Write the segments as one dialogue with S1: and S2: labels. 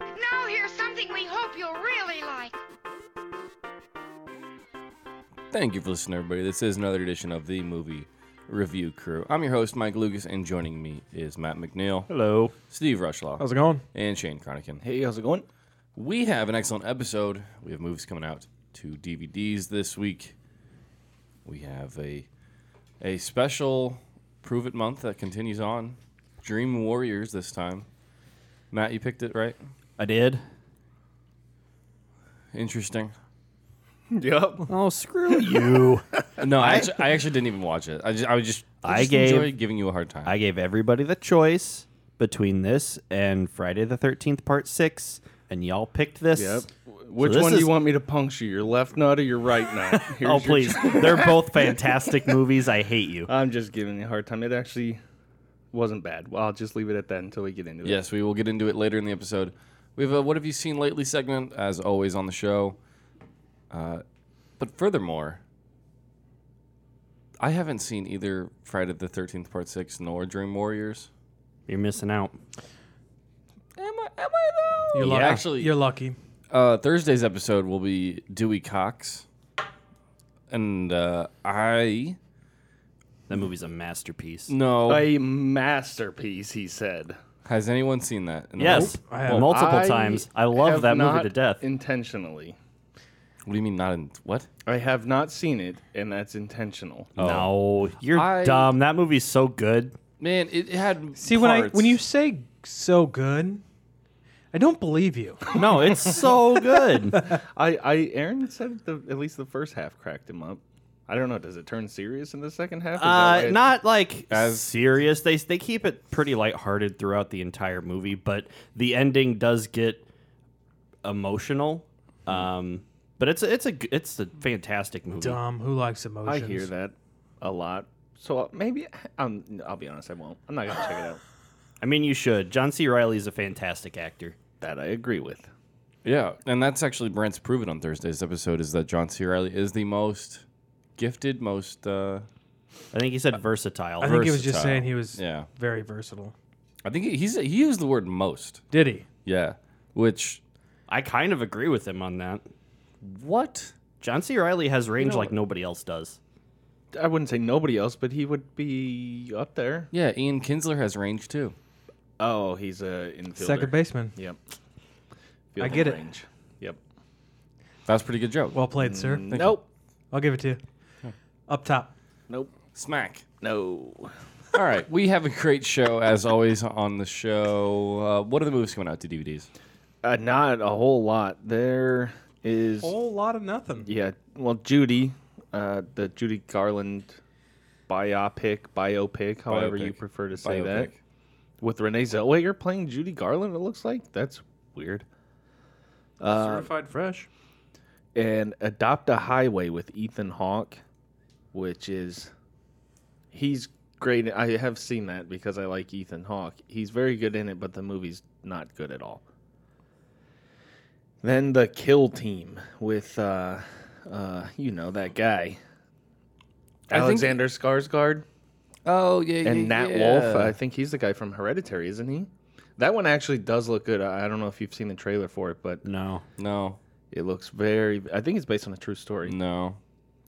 S1: Now here's something we hope you'll really like.
S2: Thank you for listening, everybody. This is another edition of the Movie Review Crew. I'm your host, Mike Lucas, and joining me is Matt McNeil,
S3: Hello.
S2: Steve Rushlaw,
S3: How's it going?
S2: and Shane Cronican.
S4: Hey, how's it going?
S2: We have an excellent episode. We have movies coming out to DVDs this week. We have a a special Prove It month that continues on. Dream Warriors this time. Matt, you picked it right.
S3: I did.
S2: Interesting.
S4: Yep.
S3: Oh, screw you.
S2: No, I, actu- I actually didn't even watch it. I just I was just I,
S3: I
S2: just
S3: gave-
S2: enjoy giving you a hard time.
S3: I gave everybody the choice between this and Friday the 13th, part six, and y'all picked this.
S4: Yep. Which
S3: this
S4: one do you
S3: is-
S4: want me to puncture? Your left nut or your right nut? Here's
S3: Oh,
S4: your
S3: please.
S4: ch-
S3: They're both fantastic movies. I hate you.
S4: I'm just giving you a hard time. It actually wasn't bad. Well, I'll just leave it at that until we get into it.
S2: Yes, we will get into it later in the episode. We have a "What have you seen lately?" segment, as always on the show. Uh, but furthermore, I haven't seen either Friday the Thirteenth Part Six nor Dream Warriors.
S3: You're missing out.
S2: Am I? Am I though?
S5: You're lucky.
S2: Actually,
S5: You're lucky.
S2: uh, Thursday's episode will be Dewey Cox, and uh, I
S3: That movie's a masterpiece.
S2: no.
S4: A masterpiece, he said.
S2: Has anyone seen that? in the-
S3: Yes,
S5: I have-
S3: multiple
S4: I
S3: times. I love
S4: have
S3: that movie
S4: not
S3: to death.
S4: Intentionally.
S2: What do you mean not in what?
S4: I have not seen it, and that's intentional.
S3: No, you're
S2: I-
S3: dumb. That movie's so good.
S2: Man, it, it had
S5: See when I
S2: parts.
S5: when you say so good, I don't believe you.
S3: No, it's so good.
S4: I, I Aaron said the, at least the first half cracked him up. I don't know. Does it turn serious in the second half? Is that why
S3: Uh,
S4: it-
S3: not like
S2: As-
S3: serious. They they keep it pretty lighthearted throughout the entire movie, but the ending does get emotional.
S4: Mm-hmm.
S3: Um, but it's a, it's a g- it's a fantastic movie.
S5: Dumb. Who likes
S4: I
S5: emotions?
S4: hear that a lot. So uh, maybe um, I'll be honest. I won't. I'm not gonna check it out.
S3: I mean, you should. John C. Riley is a fantastic actor.
S4: That I agree with.
S2: Yeah, and that's actually Brent's proven on Thursday's episode is that John C. Riley is the most gifted, most uh,
S3: I think he said versatile.
S5: I think he was just
S2: Versatile.
S5: saying he was
S2: yeah.
S5: very versatile.
S2: I think he, he's he used the word most.
S5: Did he?
S2: Yeah, which
S3: I kind of agree with him on that.
S2: what?
S3: John C. Riley has range like nobody else does.
S4: I wouldn't say nobody else, but he would be up there.
S2: Yeah, Ian Kinsler has range too.
S4: Oh, he's a infielder.
S5: Second baseman.
S4: Yep.
S5: I get it.
S4: range. Yep.
S2: That was a pretty good joke.
S5: Well played, sir.
S4: nope.
S5: I'll give it to you. Up top.
S4: Nope.
S2: smack.
S4: No.
S2: All right, we have a great show as always on the show. Uh, what are the movies coming out to DVDs?
S4: Uh, not a whole lot. There is.
S5: Whole lot of nothing.
S4: Yeah. Well, Judy, uh, the Judy Garland biopic, biopic, however you
S2: Biopic.
S4: prefer to say
S2: Biopic.
S4: that, with Renee Zellweger playing Judy Garland. It looks like that's weird. Uh,
S5: Certified fresh.
S4: And Adopt a Highway with Ethan Hawke, which is he's great. I have seen that because I like Ethan Hawke. He's very good in it, but the movie's not good at all. Then the Kill Team with uh, uh, you know that guy.
S2: I think-
S4: Alexander Skarsgård
S2: Oh yeah,
S4: and Nat Wolf. I think he's the guy from Hereditary, isn't he? That one actually does look good. I I don't know if you've seen the trailer for it, but
S3: No,
S2: no,
S4: it looks very. I think it's based on a true story.
S2: no,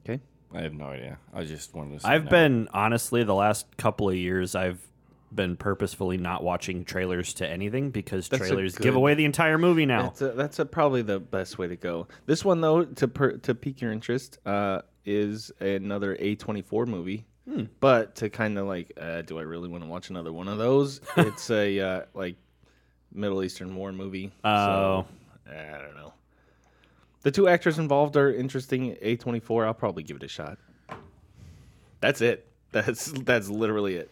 S4: Okay.
S2: I have no idea. I just wanted to. Say
S3: I've
S2: no.
S3: been honestly the last couple of years I've been purposefully not watching trailers to anything because
S4: That's a
S3: trailers
S4: good-
S3: give away the entire movie now.
S4: That's, a, that's a, probably the best way to go. This one though, to per, to pique your interest, uh, is another A twenty four movie.
S3: Hmm.
S4: But to kind of like, uh, do I really want to watch another one of those? it's a uh, like Middle Eastern war movie.
S3: Oh.
S4: so, I don't know. The two actors involved are interesting. A twenty four. I'll probably give it a shot. That's it. That's that's literally it.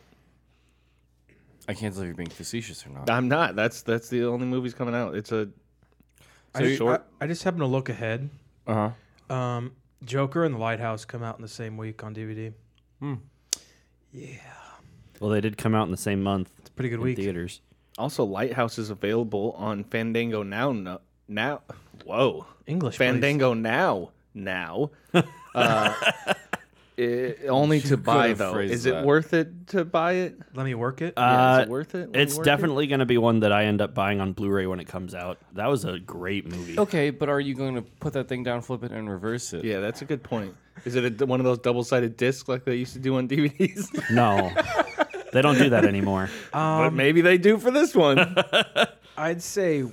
S2: I can't tell if you're being facetious or not.
S4: I'm not. That's that's the only movies coming out. It's a
S5: I,
S4: short. Uh-huh.
S5: I, I just happened to look ahead.
S2: Uh huh.
S5: Um, Joker and The Lighthouse come out in the same week on DVD.
S3: Well, they did come out in the same month
S5: It's a pretty good
S3: in
S5: week.
S3: theaters.
S4: Also, Lighthouse is available on Fandango now. No, now, whoa,
S5: English please.
S4: Fandango now now. Uh, i- only to buy
S2: have
S4: though.
S2: phrased
S4: Is it
S2: that.
S4: worth it to buy it?
S5: Let me work it.
S4: Yeah, is
S3: Uh,
S4: it worth it? Will
S3: It's
S4: worth it?
S3: definitely going to be one that I end up buying on Blu-ray when it comes out. That was a great movie.
S2: Okay, but are you going to put that thing down, flip it, and reverse it?
S4: Yeah, that's a good point. Is it a, one of those double-sided discs like they used to do on DVDs?
S3: No, they don't do that anymore.
S5: Um,
S4: but maybe they do for this one.
S5: I'd say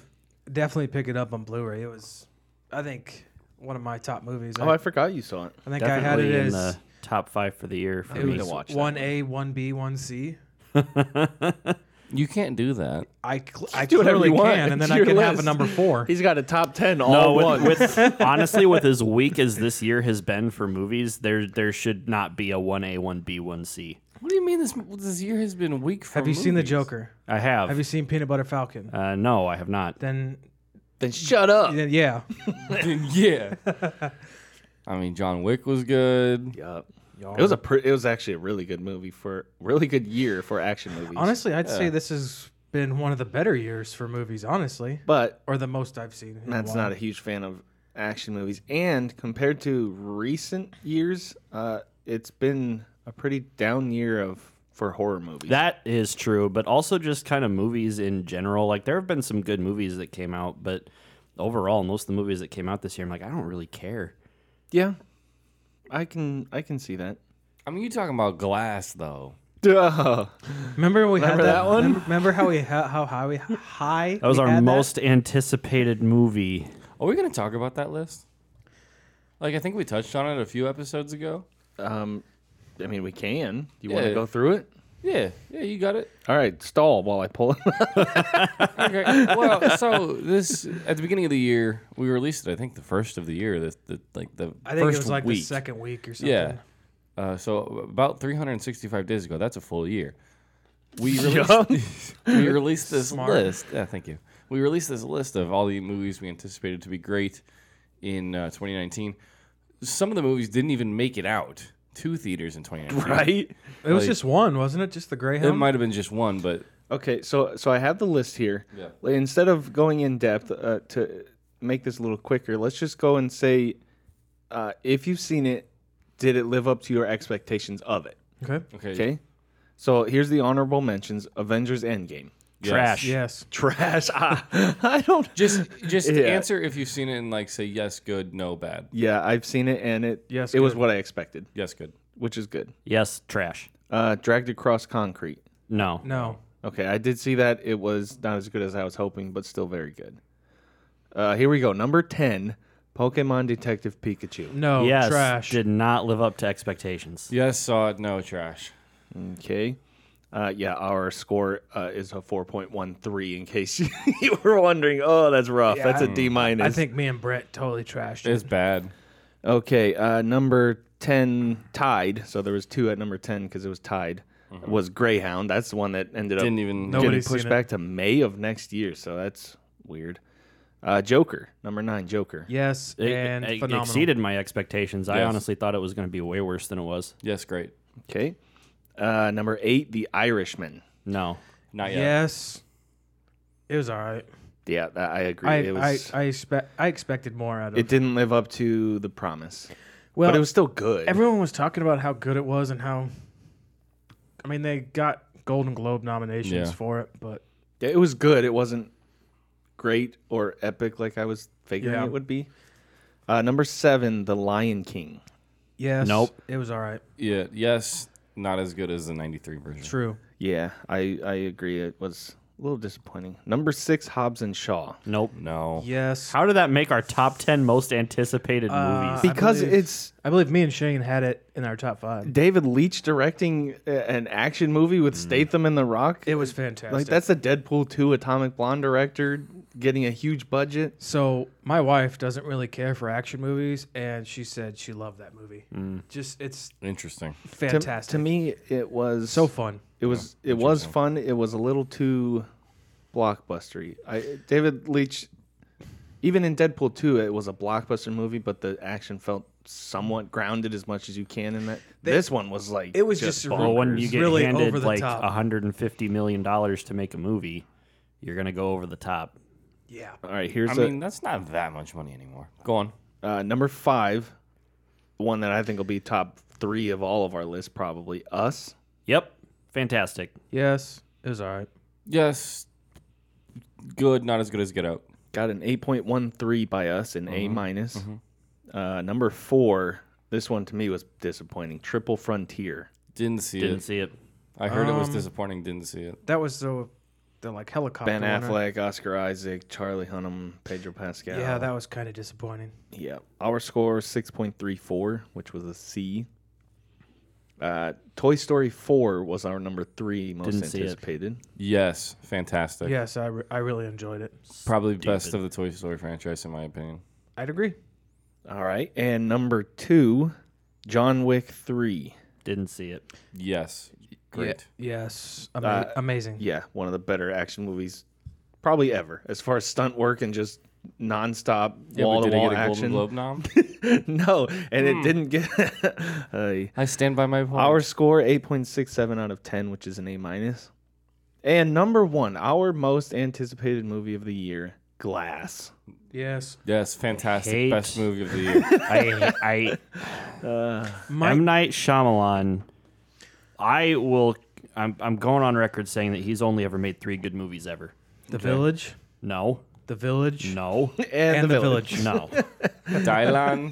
S5: definitely pick it up on Blu-ray. It was, I think, one of my top movies.
S4: oh, I forgot you saw it.
S5: I think I had
S3: Definitely
S5: it
S3: in
S5: as
S3: the top five for the year for
S5: it
S3: me.
S4: need to watch
S5: was
S4: that
S5: one A, one B, one C.
S2: You can't do that.
S5: I cl- I
S4: do whatever
S5: clearly
S4: you want.
S5: can, and then
S4: It's
S5: I
S4: your
S5: can have a
S4: list.
S5: number four.
S4: He's got a top ten all
S3: No,
S4: one.
S3: with, with honestly, with as weak as this year has been for movies, there there should not be a one A, one B, one C.
S2: What do you mean this this year has been weak for
S5: have you seen the
S2: movies?
S5: Joker?
S3: I have.
S5: Have you seen Peanut Butter Falcon?
S3: uh, no, I have not.
S5: then,
S4: then shut up.
S5: then yeah,
S2: yeah. I mean, John Wick was good.
S4: Yup. It was a pr- it was actually a really good movie for really good year for action movies.
S5: honestly, I'd say this has been one of the better years for movies. Honestly,
S4: but
S5: or the most I've seen. in a
S4: Matt's
S5: while.
S4: not a huge fan of action movies, and compared to recent years, uh, it's been a pretty down year of for horror movies.
S3: That is true, but also just kind of movies in general. Like there have been some good movies that came out, but overall, most of the movies that came out this year, I'm like, I don't really care.
S4: yeah, I can I can see that.
S2: I mean, you talking about Glass though?
S4: Duh.
S5: Remember we
S4: Remember
S5: had that,
S4: that one?
S5: Remember, remember how we ha- how high we high
S3: That was
S5: we
S3: our
S5: had
S3: most anticipated movie.
S2: Are we gonna talk about that list? Like, I think we touched on it a few episodes ago.
S4: Um, I mean, we can. You want to
S2: Yeah.
S4: go through it?
S2: Yeah, yeah, you got it.
S4: All right, stall while I pull it. up.
S2: Okay. well, so this at the beginning of the year, we released it. I think the first of the year. The, the like the
S5: I think
S2: first
S5: it was like
S2: week.
S5: the second week or something.
S2: Yeah. Uh, so about 365 days ago, that's a full year. We released, we released this list. Yeah, thank you. We released this list of all the movies we anticipated to be great in uh, 2019. Some of the movies didn't even make it out to theaters in 2019.
S4: right.
S5: It was
S2: Like-
S5: just one, wasn't it? Just the
S2: It
S5: Greyhound.
S2: might have been just one, but
S4: Okay, so so I have the list here.
S2: Yeah.
S4: Like, Instead of going in depth uh, to make this a little quicker, let's just go and say, uh, if you've seen it, did it live up to your expectations of it?
S5: okay.
S2: okay.
S4: Okay. So here's the honorable mentions: Avengers: Endgame,
S2: yes.
S3: Trash.
S5: Yes.
S4: trash. Ah, I don't.
S2: Just just
S4: Yeah.
S2: answer if you've seen it and like say yes, good, no, bad.
S4: Yeah, I've seen it, and it
S5: Yes,
S4: it was
S5: good.
S4: what I expected,
S2: Yes, good.
S4: which is good.
S3: Yes, trash.
S4: Uh, Dragged Across Concrete.
S3: No.
S5: No.
S4: Okay, I did see that. It was not as good as I was hoping, but still very good. Uh, here we go. Number 10, Pokemon Detective Pikachu.
S5: No.
S3: yes,
S5: Trash.
S3: did not live up to expectations.
S2: Yes, saw it, no, trash.
S4: Okay. Uh, yeah, our score uh, is a 4.13 in case you, were wondering. Oh, that's rough. that's a D minus.
S5: I think me and Brett totally trashed it.
S2: It's bad.
S4: Okay, uh, number 10 tied. So there was two at number 10 because it was tied. Was Greyhound. That's the one that ended
S2: Mm-hmm. Didn't
S4: up
S2: even
S5: Nope.
S4: getting
S5: Nobody's
S4: pushed
S5: seen it.
S4: back to May of next year. So that's weird. Uh, Joker, number 9, Joker.
S5: Yes,
S3: It,
S5: and
S3: it
S5: phenomenal.
S3: exceeded my expectations. I
S2: Yes.
S3: honestly thought it was going to be way worse than it was.
S2: Yes, great.
S4: Okay. Uh, number eight, The Irishman.
S3: No.
S2: Not yet.
S5: Yes. It was all right.
S4: Yeah, that, I agree.
S5: I
S4: it was.
S5: I I, expe- I expected more out of
S4: it didn't live up to the promise,
S5: Well,
S4: but it was still good.
S5: everyone was talking about how good it was and how. I mean, they got Golden Globe nominations
S2: Yeah.
S5: for it, but
S4: Yeah, it was good. It wasn't great or epic like I was figuring
S5: Yeah.
S4: it would be. Uh, number seven, The Lion King.
S5: yes,
S3: Nope.
S5: it was all right.
S2: Yeah. Yes. Not as good as the '93 version.
S5: True.
S4: Yeah, I I agree. It was a little disappointing. Number six, Hobbs and Shaw.
S3: Nope.
S2: No.
S5: Yes,
S3: How did that make our top 10 most anticipated
S5: Uh,
S3: movies?
S4: Because
S5: believe-
S4: it's
S5: I believe me and Shane had it in our top five.
S4: David Leitch directing a- an action movie with Statham and The Rock.
S5: Mm. It was fantastic.
S4: like that's the Deadpool 2 Atomic Blonde director getting a huge budget.
S5: So my wife doesn't really care for action movies, and she said she loved that movie.
S3: Mm.
S5: Just it's
S2: Interesting.
S4: to,
S5: fantastic.
S4: to me it was
S5: so fun.
S4: it was it was fun it was a little too blockbustery i david leach Even in Deadpool 2, it was a blockbuster movie, but the action felt somewhat grounded as much as you can in that. this one was like
S5: It was just,
S3: Well, when you get
S5: really
S3: handed
S5: over the
S3: like
S5: top.
S3: 150 million dollars to make a movie, you're gonna go over the top.
S5: yeah.
S4: all right. Here's
S2: I
S4: a-
S2: mean, that's not that much money anymore. Go on.
S4: Uh, number five, one that I think will be top three of all of our list, probably Us.
S3: Yep, fantastic.
S5: Yes, it was all right.
S2: Yes, good, not as good as Get Out.
S4: Got an 8.13 by us, an
S5: Mm-hmm.
S4: A minus. Uh, number four, this one to me was disappointing. Triple Frontier.
S2: Didn't see
S3: Didn't
S2: it.
S3: see it.
S2: I heard it was disappointing. Didn't see it.
S5: That was the the like helicopter.
S4: Ben
S5: one, right?
S4: Affleck, Oscar Isaac, Charlie Hunnam, Pedro Pascal.
S5: Yeah, that was kind of disappointing.
S4: yeah. Our score was 6.34, which was a C. Uh, Toy Story 4 was our number three most
S3: Didn't see it.
S4: anticipated.
S2: Yes, fantastic.
S5: Yes, I, re- I really enjoyed it.
S2: Probably best of the Toy Story franchise, in my opinion.
S5: I'd agree.
S4: All right. And number two, John Wick 3.
S3: Didn't see it.
S2: Yes, great.
S5: Yes, Uh, ama- amazing.
S4: Uh, yeah, one of the better action movies probably ever as far as stunt work and just nonstop
S2: Yeah,
S4: wall
S2: but
S4: to
S2: did it
S4: wall
S2: get a Golden
S4: action.
S2: Globe nom?
S4: no, and
S5: Hmm.
S4: it didn't get a
S2: I stand by my point.
S4: our score 8.67 out of 10, which is an A minus. And number 1, our most anticipated movie of the year, Glass.
S5: Yes,
S2: yes, fantastic,
S3: Hate.
S2: best movie of the year.
S3: I I
S5: my,
S3: M Night Shyamalan. I will. I'm I'm going on record saying that he's only ever made three good movies ever.
S5: the village,
S3: No,
S5: the village,
S3: no,
S4: And,
S5: and
S4: the,
S5: the
S4: village.
S5: village.
S3: no.
S2: Dylan,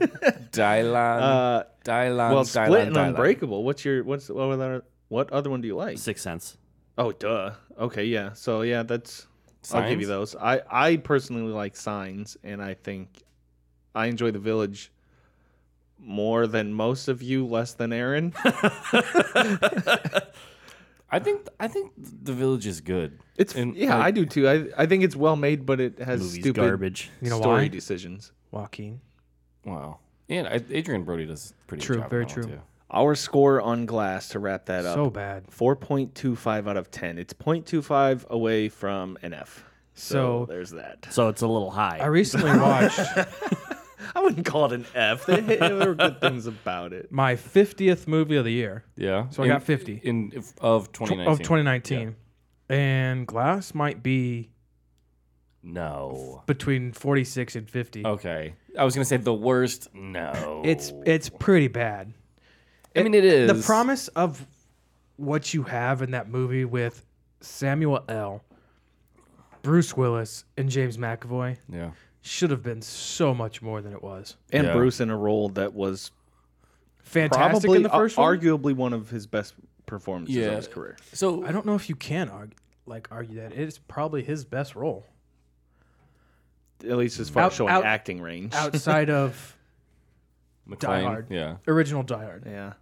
S2: Dylan,
S4: Uh,
S2: Dylan.
S4: well,
S2: Dylan,
S4: Split and
S2: Dylan.
S4: Unbreakable. What's your what's what other what other one do you like?
S3: Sixth Sense.
S4: Oh, duh. Okay, yeah. So yeah, that's I'll give you
S2: Signs?
S4: those. I I personally like Signs, and I think I enjoy The Village more than most of you, less than Aaron.
S2: I think I think the village is good.
S4: It's
S2: And,
S4: yeah,
S2: like,
S4: I do too. I I think it's well made, but it has
S3: Movies
S4: stupid
S3: garbage.
S5: You know
S4: story
S5: why?
S4: decisions.
S5: Joaquin.
S2: Wow. And I, Adrian Brody does a pretty good
S5: True,
S2: job on
S5: very
S2: that one,
S5: true.
S2: too.
S4: Our score on Glass to wrap that up.
S5: So bad.
S4: 4.25 out of 10. It's 0.25 away from an F.
S5: So-
S4: So, there's that.
S3: So it's a little high.
S5: I recently watched
S4: I wouldn't call it an F. There, there were good things about it.
S5: my 50th movie of the year
S2: Yeah.
S5: So I got 50.
S2: in if- of
S5: tw-
S2: 2019.
S5: of 2019, and Glass might be
S2: No.
S5: between 46 and 50.
S4: Oh,
S2: Okay. I was gonna say the worst. No.
S5: It's it's pretty bad.
S2: I mean, it is
S5: the promise of what you have in that movie with Samuel L. Bruce Willis and James McAvoy
S2: Yeah.
S5: should have been so much more than it was.
S4: And
S2: Yeah.
S4: Bruce in a role that was
S5: Fantastic
S4: probably
S5: in the first
S4: ar-
S5: one.
S4: arguably one of his best performances
S2: Yeah.
S4: of his career.
S2: So
S5: I don't know if you can argue like argue that it's probably his best role
S4: At least as far as
S5: Out-
S4: showing
S5: out-
S4: acting range.
S5: outside of
S2: McLean,
S5: Hard.
S2: Yeah.
S5: original Die Hard.
S4: Yeah.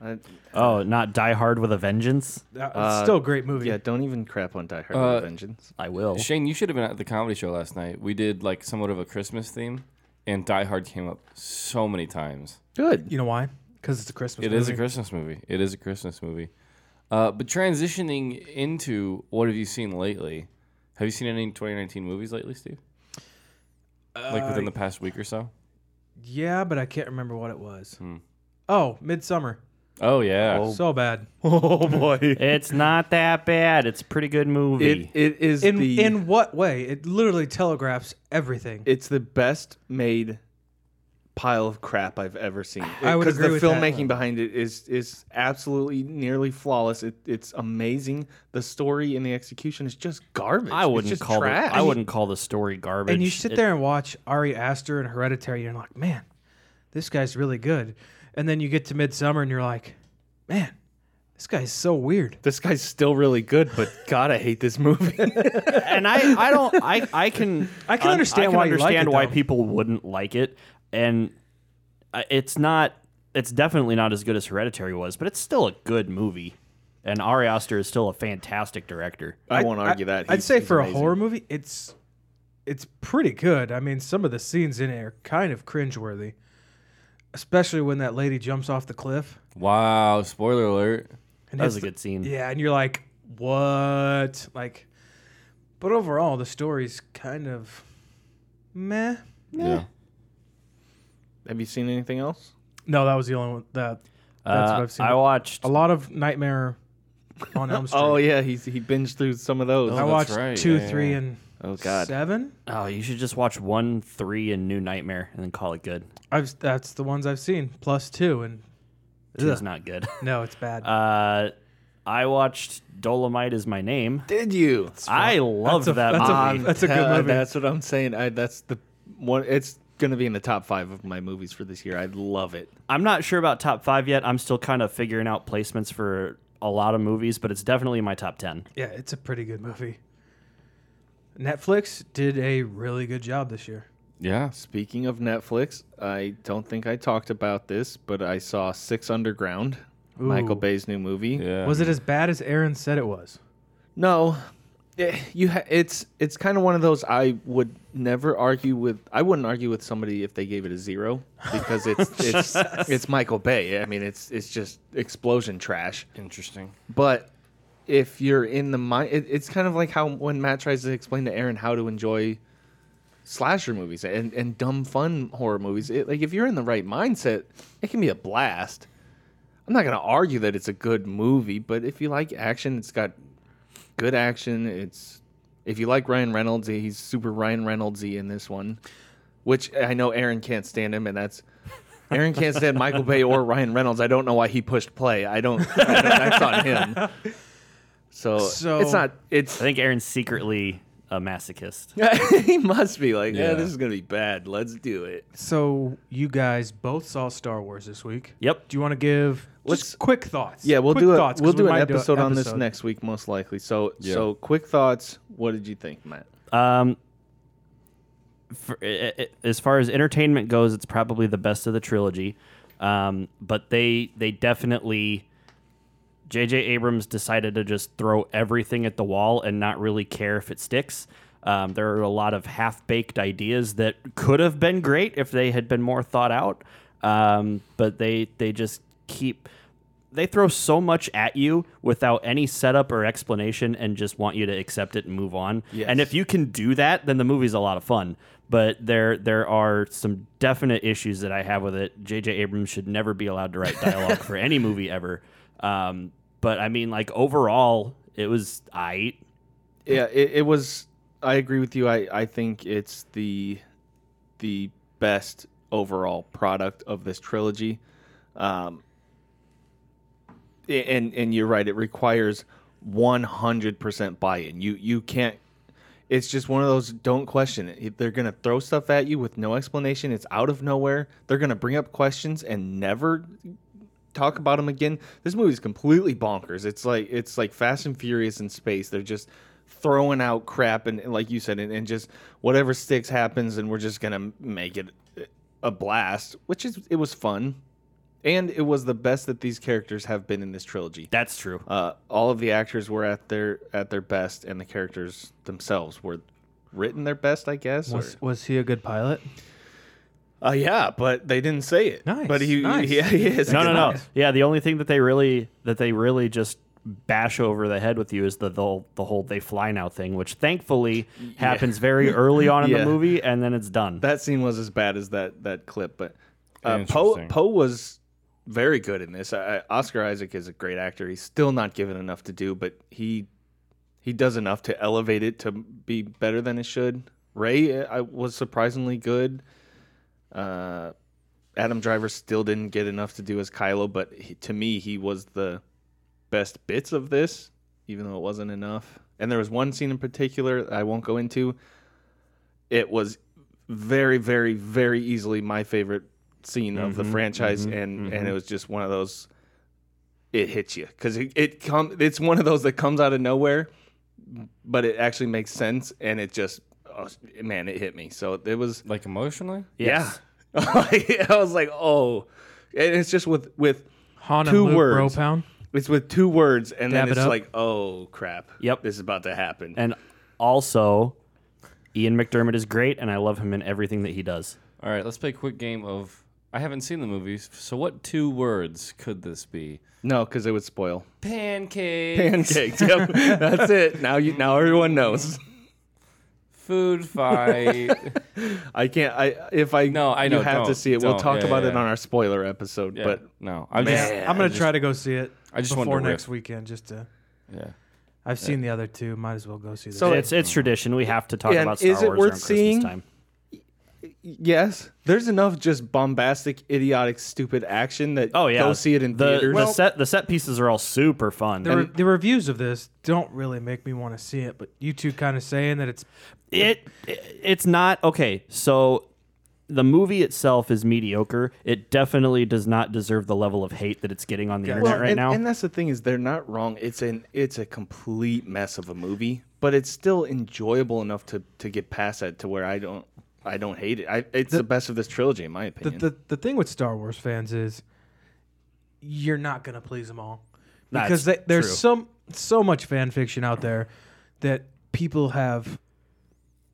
S4: I, uh,
S3: oh, not Die Hard with a Vengeance.
S5: That- It's still a great movie.
S4: yeah, don't even crap on Die Hard
S2: Uh,
S4: with a Vengeance.
S3: I will.
S2: Shane, you should have been at the comedy show last night. We did like somewhat of a Christmas theme, and Die Hard came up so many times.
S4: Good.
S5: You know why? Because it's a Christmas.
S2: It
S5: movie.
S2: is a Christmas movie. It is a Christmas movie. Uh, but transitioning into what have you seen lately? Have you seen any 2019 movies lately, Steve? like within the past week or so?
S5: Yeah, but I can't remember what it was. Oh, Midsummer.
S2: Oh yeah.
S5: So bad.
S4: Oh boy.
S3: It's not that bad. It's a pretty good movie.
S4: It it is
S5: In
S4: the
S5: in what way? It literally telegraphs everything.
S4: it's the best made pile of crap I've ever seen.
S5: I would
S4: Because
S5: agree
S4: the
S5: with that.
S4: filmmaking behind it is is absolutely nearly flawless. It, it's amazing. The story and the execution is just garbage.
S3: I
S4: it's
S3: wouldn't
S4: just
S3: call the,
S4: trash.
S3: I wouldn't call the story garbage.
S5: and you sit
S3: It-
S5: there and watch Ari Aster and Hereditary, and you're like, man, this guy's really good. And then you get to Midsummer, and you're like, man, this guy's so weird.
S4: This guy's still really good, but God, I hate this movie.
S3: and I, I don't I, I can
S5: I can understand why you like
S3: understand
S5: it,
S3: why
S5: though.
S3: people wouldn't like it and I- it's not it's definitely not as good as Hereditary was but it's still a good movie and Ari Aster is still a fantastic director
S4: I, won't argue that.
S5: I'd
S4: He's-
S5: say
S4: he's
S5: for
S4: amazing.
S5: a horror movie, it's it's pretty good. I mean, some of the scenes in it are kind of cringeworthy, especially when that lady jumps off the cliff.
S2: Wow, spoiler alert.
S5: And
S3: that was a
S5: hits the-
S3: good scene
S5: Yeah, and you're like, what? Like, but overall, the story's kind of meh.
S2: Yeah.
S4: Have you seen anything else?
S5: No, that was the only one that. That's
S3: Uh,
S5: what I've seen.
S3: I watched
S5: a lot of Nightmare on Elm Street.
S4: Oh yeah, he's he binged through some of those.
S5: I
S2: that's
S5: watched
S2: right.
S5: two,
S2: Yeah, yeah,
S5: three,
S2: yeah.
S5: and
S4: Oh god.
S5: seven.
S3: Oh, you should just watch one, three, and New Nightmare, and then call it good.
S5: I've that's the ones I've seen. Plus two, and
S3: Two's not good.
S5: no, it's bad.
S3: Uh, I watched Dolomite is my name.
S4: Did you?
S3: I loved
S5: a-
S3: that
S5: that's a-
S3: movie.
S5: that's a good
S4: Uh,
S5: movie.
S4: That's what I'm saying. I, that's the one. It's gonna be in the top five of my movies for this year. I love it.
S3: I'm not sure about top five yet. I'm still kind of figuring out placements for a lot of movies, but it's definitely in my top ten.
S5: yeah, it's a pretty good movie. Netflix did a really good job this year.
S2: Yeah.
S4: Speaking of Netflix, I don't think I talked about this, but I saw Six Underground, Michael
S5: Ooh.
S4: Bay's new movie.
S2: Yeah.
S5: Was it as bad as Aaron said it was?
S4: No, eh, you ha- it's it's kind of one of those I would never argue with. I wouldn't argue with somebody if they gave it a zero because it's it's it's Michael Bay. I mean, it's it's just explosion trash.
S2: Interesting.
S4: But if you're in the mind, it, it's kind of like how when Matt tries to explain to Aaron how to enjoy slasher movies and, and dumb fun horror movies. It, like if you're in the right mindset, it can be a blast. I'm not gonna argue that it's a good movie, but if you like action, it's got good action. It's if you like Ryan Reynolds, he's super Ryan Reynoldsy in this one, which I know Aaron can't stand him, and that's. Aaron can't stand Michael Bay or Ryan Reynolds. I don't know why he pushed play. I don't. I don't that's on him. So,
S5: So-
S4: it's not. It's
S3: I think Aaron's secretly a masochist.
S4: he must be like, yeah,
S2: Yeah.
S4: this is gonna be bad. Let's do it.
S5: So you guys both saw Star Wars this week.
S3: Yep.
S5: Do you want to give
S4: Let's-
S5: just quick thoughts?
S4: Yeah, we'll
S5: quick
S4: do a,
S5: thoughts, 'cause
S4: we'll
S5: we
S4: do an
S5: might
S4: episode on this
S5: episode.
S4: next week, most likely. So,
S2: Yeah.
S4: so quick thoughts. What did you think, Matt?
S3: Um, for, i i as far as entertainment goes, it's probably the best of the trilogy. Um, but they they definitely J.J. Abrams decided to just throw everything at the wall and not really care if it sticks. Um, there are a lot of half baked ideas that could have been great if they had been more thought out, um, but they they just keep they throw so much at you without any setup or explanation and just want you to accept it and move on. And if you can do that, then the movie's a lot of fun. But there there are some definite issues that I have with it. JJ Abrams should never be allowed to write dialogue for any movie ever. Um, but I mean like overall it was I
S4: Yeah, it, it was. I agree with you. I I think it's the the best overall product of this trilogy. Um, a- and and you're right. It requires 100% buy-in. You you can't. It's just one of those. Don't question it. They're gonna throw stuff at you with no explanation. It's out of nowhere. They're gonna bring up questions and never talk about them again. This movie is completely bonkers. It's like it's like Fast and Furious in space. They're just throwing out crap and, and like you said, and, and just whatever sticks happens, and we're just gonna make it a blast. Which is it was fun, and it was the best that these characters have been in this trilogy.
S3: that's true.
S4: Uh, all of the actors were at their at their best, and the characters themselves were written their best, I guess. or-
S5: Was, was he a good pilot?
S4: uh, yeah, but they didn't say it.
S5: Nice,
S4: but he,
S5: nice.
S4: yeah, he is.
S3: No, no, no.
S5: Nice.
S3: Yeah, the only thing that they really that they really just bash over the head with you is the the, whole- the whole they fly now thing, which thankfully happens very early on in
S4: Yeah.
S3: the movie, and then it's done.
S4: that scene was as bad as that that clip, but uh, Poe
S2: Interesting.
S4: Poe was very good in this. I, I- Oscar Isaac is a great actor. He's still not given enough to do, but he he does enough to elevate it to be better than it should. Ray uh, I was surprisingly good. Uh, Adam Driver still didn't get enough to do as Kylo, but he, to me he was the best bits of this, even though it wasn't enough. And there was one scene in particular that I won't go into. It was very, very, very easily my favorite scene of
S5: Mm-hmm.
S4: the franchise, and and it was just one of those. It hits you because it, it come. It's one of those that comes out of nowhere, but it actually makes sense, and it just oh, man, it hit me. So it was
S2: Like emotionally?
S3: Yes.
S4: yeah. I was like, oh, and it's just with with
S5: Han
S4: Two
S5: and Luke
S4: words.
S5: Bro Pound.
S4: it's with two words, and
S5: Dab
S4: then
S5: it
S4: it's
S5: up.
S4: like, oh crap,
S3: Yep.
S4: this is about to happen.
S3: And also, Ian McDermott is great, and I love him in everything that he does.
S2: All right, let's play a quick game of I haven't seen the movies, so what two words could this be?
S4: no, because it would spoil
S2: Pancake.
S4: pancakes. yep, that's it. Now you now everyone knows.
S2: food fight.
S4: I can't. I if I
S2: No, I know,
S4: You have to
S2: don't,
S4: see it. We'll
S2: don't.
S4: talk
S2: Yeah,
S4: about
S2: yeah,
S4: it
S2: yeah.
S4: on our spoiler episode.
S2: Yeah,
S4: But
S2: no, I'm
S4: Man.
S2: just
S5: I'm gonna try to go see it.
S2: I just wanted
S5: before
S2: to
S5: next
S2: riff.
S5: weekend. Just to,
S2: yeah.
S5: I've seen the other two. Might as well go see this.
S4: So
S3: it's it's tradition. We have to talk
S4: And
S3: about Star
S4: is it
S3: Wars
S4: worth
S3: around
S4: seeing?
S3: Christmas time.
S4: yes, there's enough just bombastic, idiotic, stupid action that
S3: Oh yeah,
S4: go see it in
S3: the,
S4: theaters.
S3: The set the set pieces are all super fun.
S5: the, re- the reviews of this don't really make me want to see it, but you two kind of saying that it's
S3: it it's not okay so the movie itself is mediocre it definitely does not deserve the level of hate that it's getting on the internet
S4: Well,
S3: right
S4: and,
S3: now
S4: and that's the thing is they're not wrong. It's an it's a complete mess of a movie, but it's still enjoyable enough to to get past that to where I don't I don't hate it. I, it's the, best of this trilogy in my
S5: the,
S4: opinion.
S5: the the thing with Star Wars fans is you're not gonna please them all
S3: That's
S5: because they, there's
S3: true.
S5: some so much fan fiction out there that people have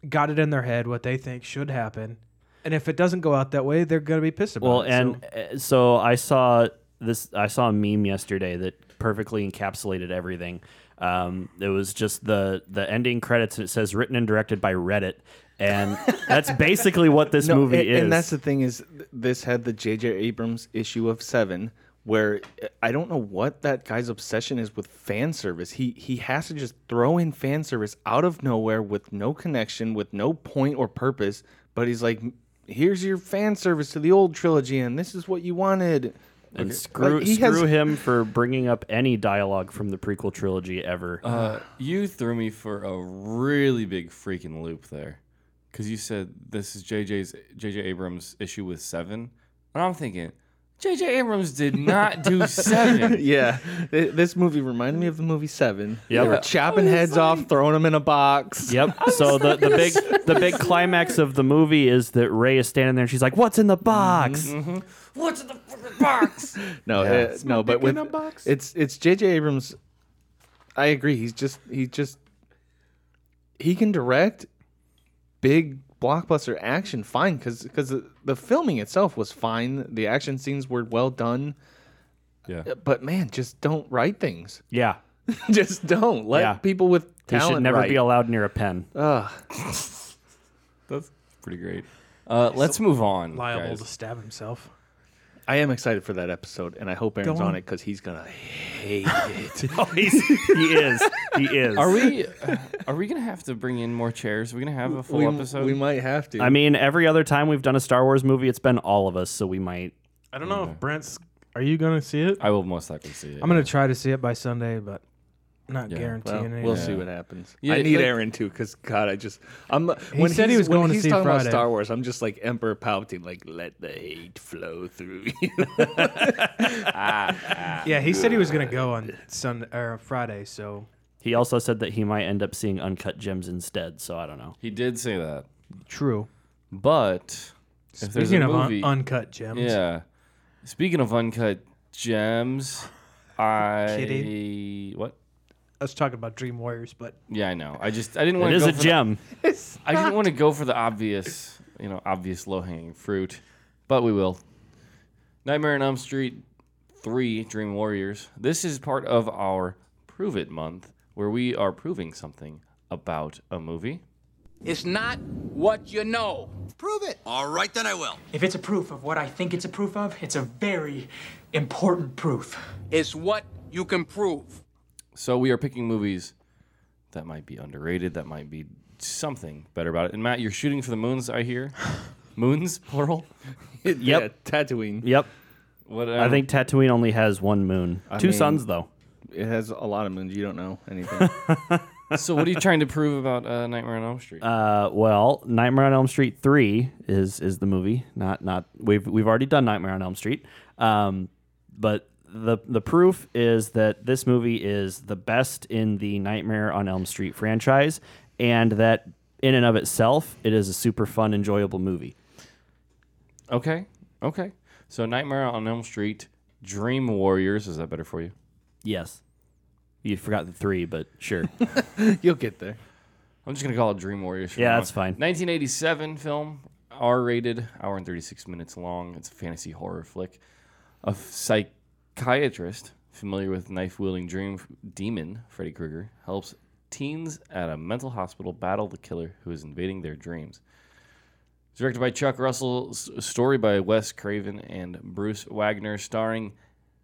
S5: got it in their head what they think should happen, and if it doesn't go out that way, they're gonna be pissed about
S3: well
S5: it.
S3: and uh, so. i saw this i saw a meme yesterday that perfectly encapsulated everything um, it was just the the ending credits and it says written and directed by reddit and that's basically what this
S4: No,
S3: movie
S4: and,
S3: is
S4: and that's the thing is th- this had the J.J. Abrams issue of Seven, where uh, I don't know what that guy's obsession is with fan service. He he has to just throw in fan service out of nowhere with no connection, with no point or purpose. But he's like, here's your fan service to the old trilogy, and this is what you wanted.
S3: and screw
S4: Like, he has-
S3: screw him for bringing up any dialogue from the prequel trilogy ever
S2: Uh, you threw me for a really big freaking loop there, because you said this is JJ's JJ Abrams issue with Seven, and I'm thinking JJ Abrams did not do Seven.
S4: Yeah, Th- this movie reminded me of the movie Seven. Yeah, they were
S3: Yeah.
S4: chopping heads off, throwing them in a box.
S3: Yep. So the, the big the big climax of the movie is that Ray is standing there and she's like, "What's in the box?"
S2: What's in the fucking box?
S4: No, uh, no, but with it's it's J.J. Abrams. I agree. He's just he just he can direct big blockbuster action fine because because the, the filming itself was fine. The action scenes were well done, Uh,
S2: Yeah.
S4: but man, just don't write things.
S3: Yeah.
S4: just don't let
S3: Yeah.
S4: people with
S3: He
S4: talent
S3: should never
S4: write.
S3: be allowed near a pen.
S4: Ugh.
S2: That's pretty great. Uh, let's move on.
S5: liable
S2: guys.
S5: to stab himself.
S4: I am excited for that episode, and I hope Aaron's
S5: Don't-
S4: on it because he's gonna hate it.
S3: Oh, he's, he is. He is.
S2: Are we? Uh, are we gonna have to bring in more chairs? Are we gonna have a full
S4: we,
S2: episode?
S4: we might have to.
S3: I mean, every other time we've done a Star Wars movie, it's been all of us, so we might.
S5: I don't know if Brent's. Are you gonna see it?
S2: I will most likely see it.
S5: I'm gonna try to see it by Sunday, but not
S4: Well,
S5: guaranteeing.
S4: Oh, we'll
S5: anything.
S4: see what happens.
S2: Yeah,
S4: I need
S2: like-
S4: Aaron too, because God, I just I'm. when
S5: said he
S4: he's-
S5: was
S4: when
S5: going to
S4: he's
S5: see
S4: talking about
S5: Friday.
S4: Star Wars. I'm just like Emperor Palpatine, like let the hate flow through you.
S5: Yeah, he said he was gonna go on Sunday or Friday, so
S3: He also said that he might end up seeing Uncut Gems instead, so I don't know.
S2: He did say that,
S5: true.
S2: but if there's
S5: Speaking
S2: a
S5: of uh, un-
S2: movie,
S5: uncut gems,
S2: yeah. Speaking of uncut gems, I what?
S5: I was talking about Dream Warriors, but
S2: Yeah, I know. I just I didn't
S3: It
S2: want
S3: is
S2: go
S3: a
S2: for the-
S3: gem.
S2: I didn't want to go for the obvious, you know, obvious low hanging fruit, but we will. Nightmare on Elm Street 3 Dream Warriors. This is part of our Prove It Month, where we are proving something about a movie.
S6: It's not what you know. Prove it.
S7: All right, then I will.
S8: If it's a proof of what I think it's a proof of, it's a very important proof.
S6: It's what you can prove.
S2: So we are picking movies that might be underrated, that might be something better about it. And Matt, you're shooting for the moons, I hear. moons, plural.
S4: yep, yeah, Tatooine.
S3: Yep.
S2: What um,
S3: I think Tatooine only has one moon. Two
S4: mean-
S3: suns, though.
S4: It has a lot of moons. You don't know anything.
S2: so. What are you trying to prove about uh, Nightmare on Elm Street?
S3: Uh, well, Nightmare on Elm Street three is is the movie. Not not we've we've already done Nightmare on Elm Street. Um, but the the proof is that this movie is the best in the Nightmare on Elm Street franchise, and that in and of itself, it is a super fun, enjoyable movie.
S2: Okay. Okay. So Nightmare on Elm Street, Dream Warriors. Is that better for you?
S3: Yes, you forgot the three, but sure.
S4: You'll get there.
S2: I'm just gonna call it Dream Warriors. from
S3: Yeah,
S2: now
S3: that's
S2: on.
S3: fine.
S2: 1987 film, R-rated, hour and 36 minutes long. It's a fantasy horror flick. A psychiatrist familiar with knife-wielding dream demon Freddy Krueger helps teens at a mental hospital battle the killer who is invading their dreams. It's directed by Chuck Russell, s- story by Wes Craven and Bruce Wagner, starring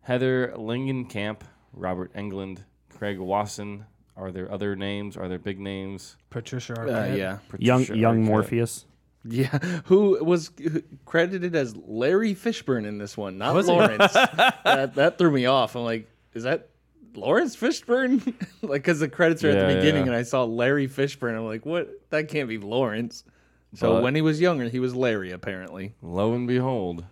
S2: Heather Langenkamp, Robert Englund, Craig Wasson. Are there other names? Are there big names? Uh,
S5: Patricia
S4: Arquette. Uh, yeah.
S3: Young
S2: Patricia
S3: Young
S2: Arquette.
S3: Morpheus.
S4: Yeah, who was who- credited as Larry Fishburne in this one, not
S3: Was he?
S4: Lawrence. that, that threw me off. I'm like, is that Lawrence Fishburne? like, because the credits are at
S2: Yeah,
S4: the beginning,
S2: yeah.
S4: and I saw Larry Fishburne. I'm like, what? That can't be Lawrence. So
S2: But-
S4: when he was younger, he was Larry apparently.
S2: Lo and behold,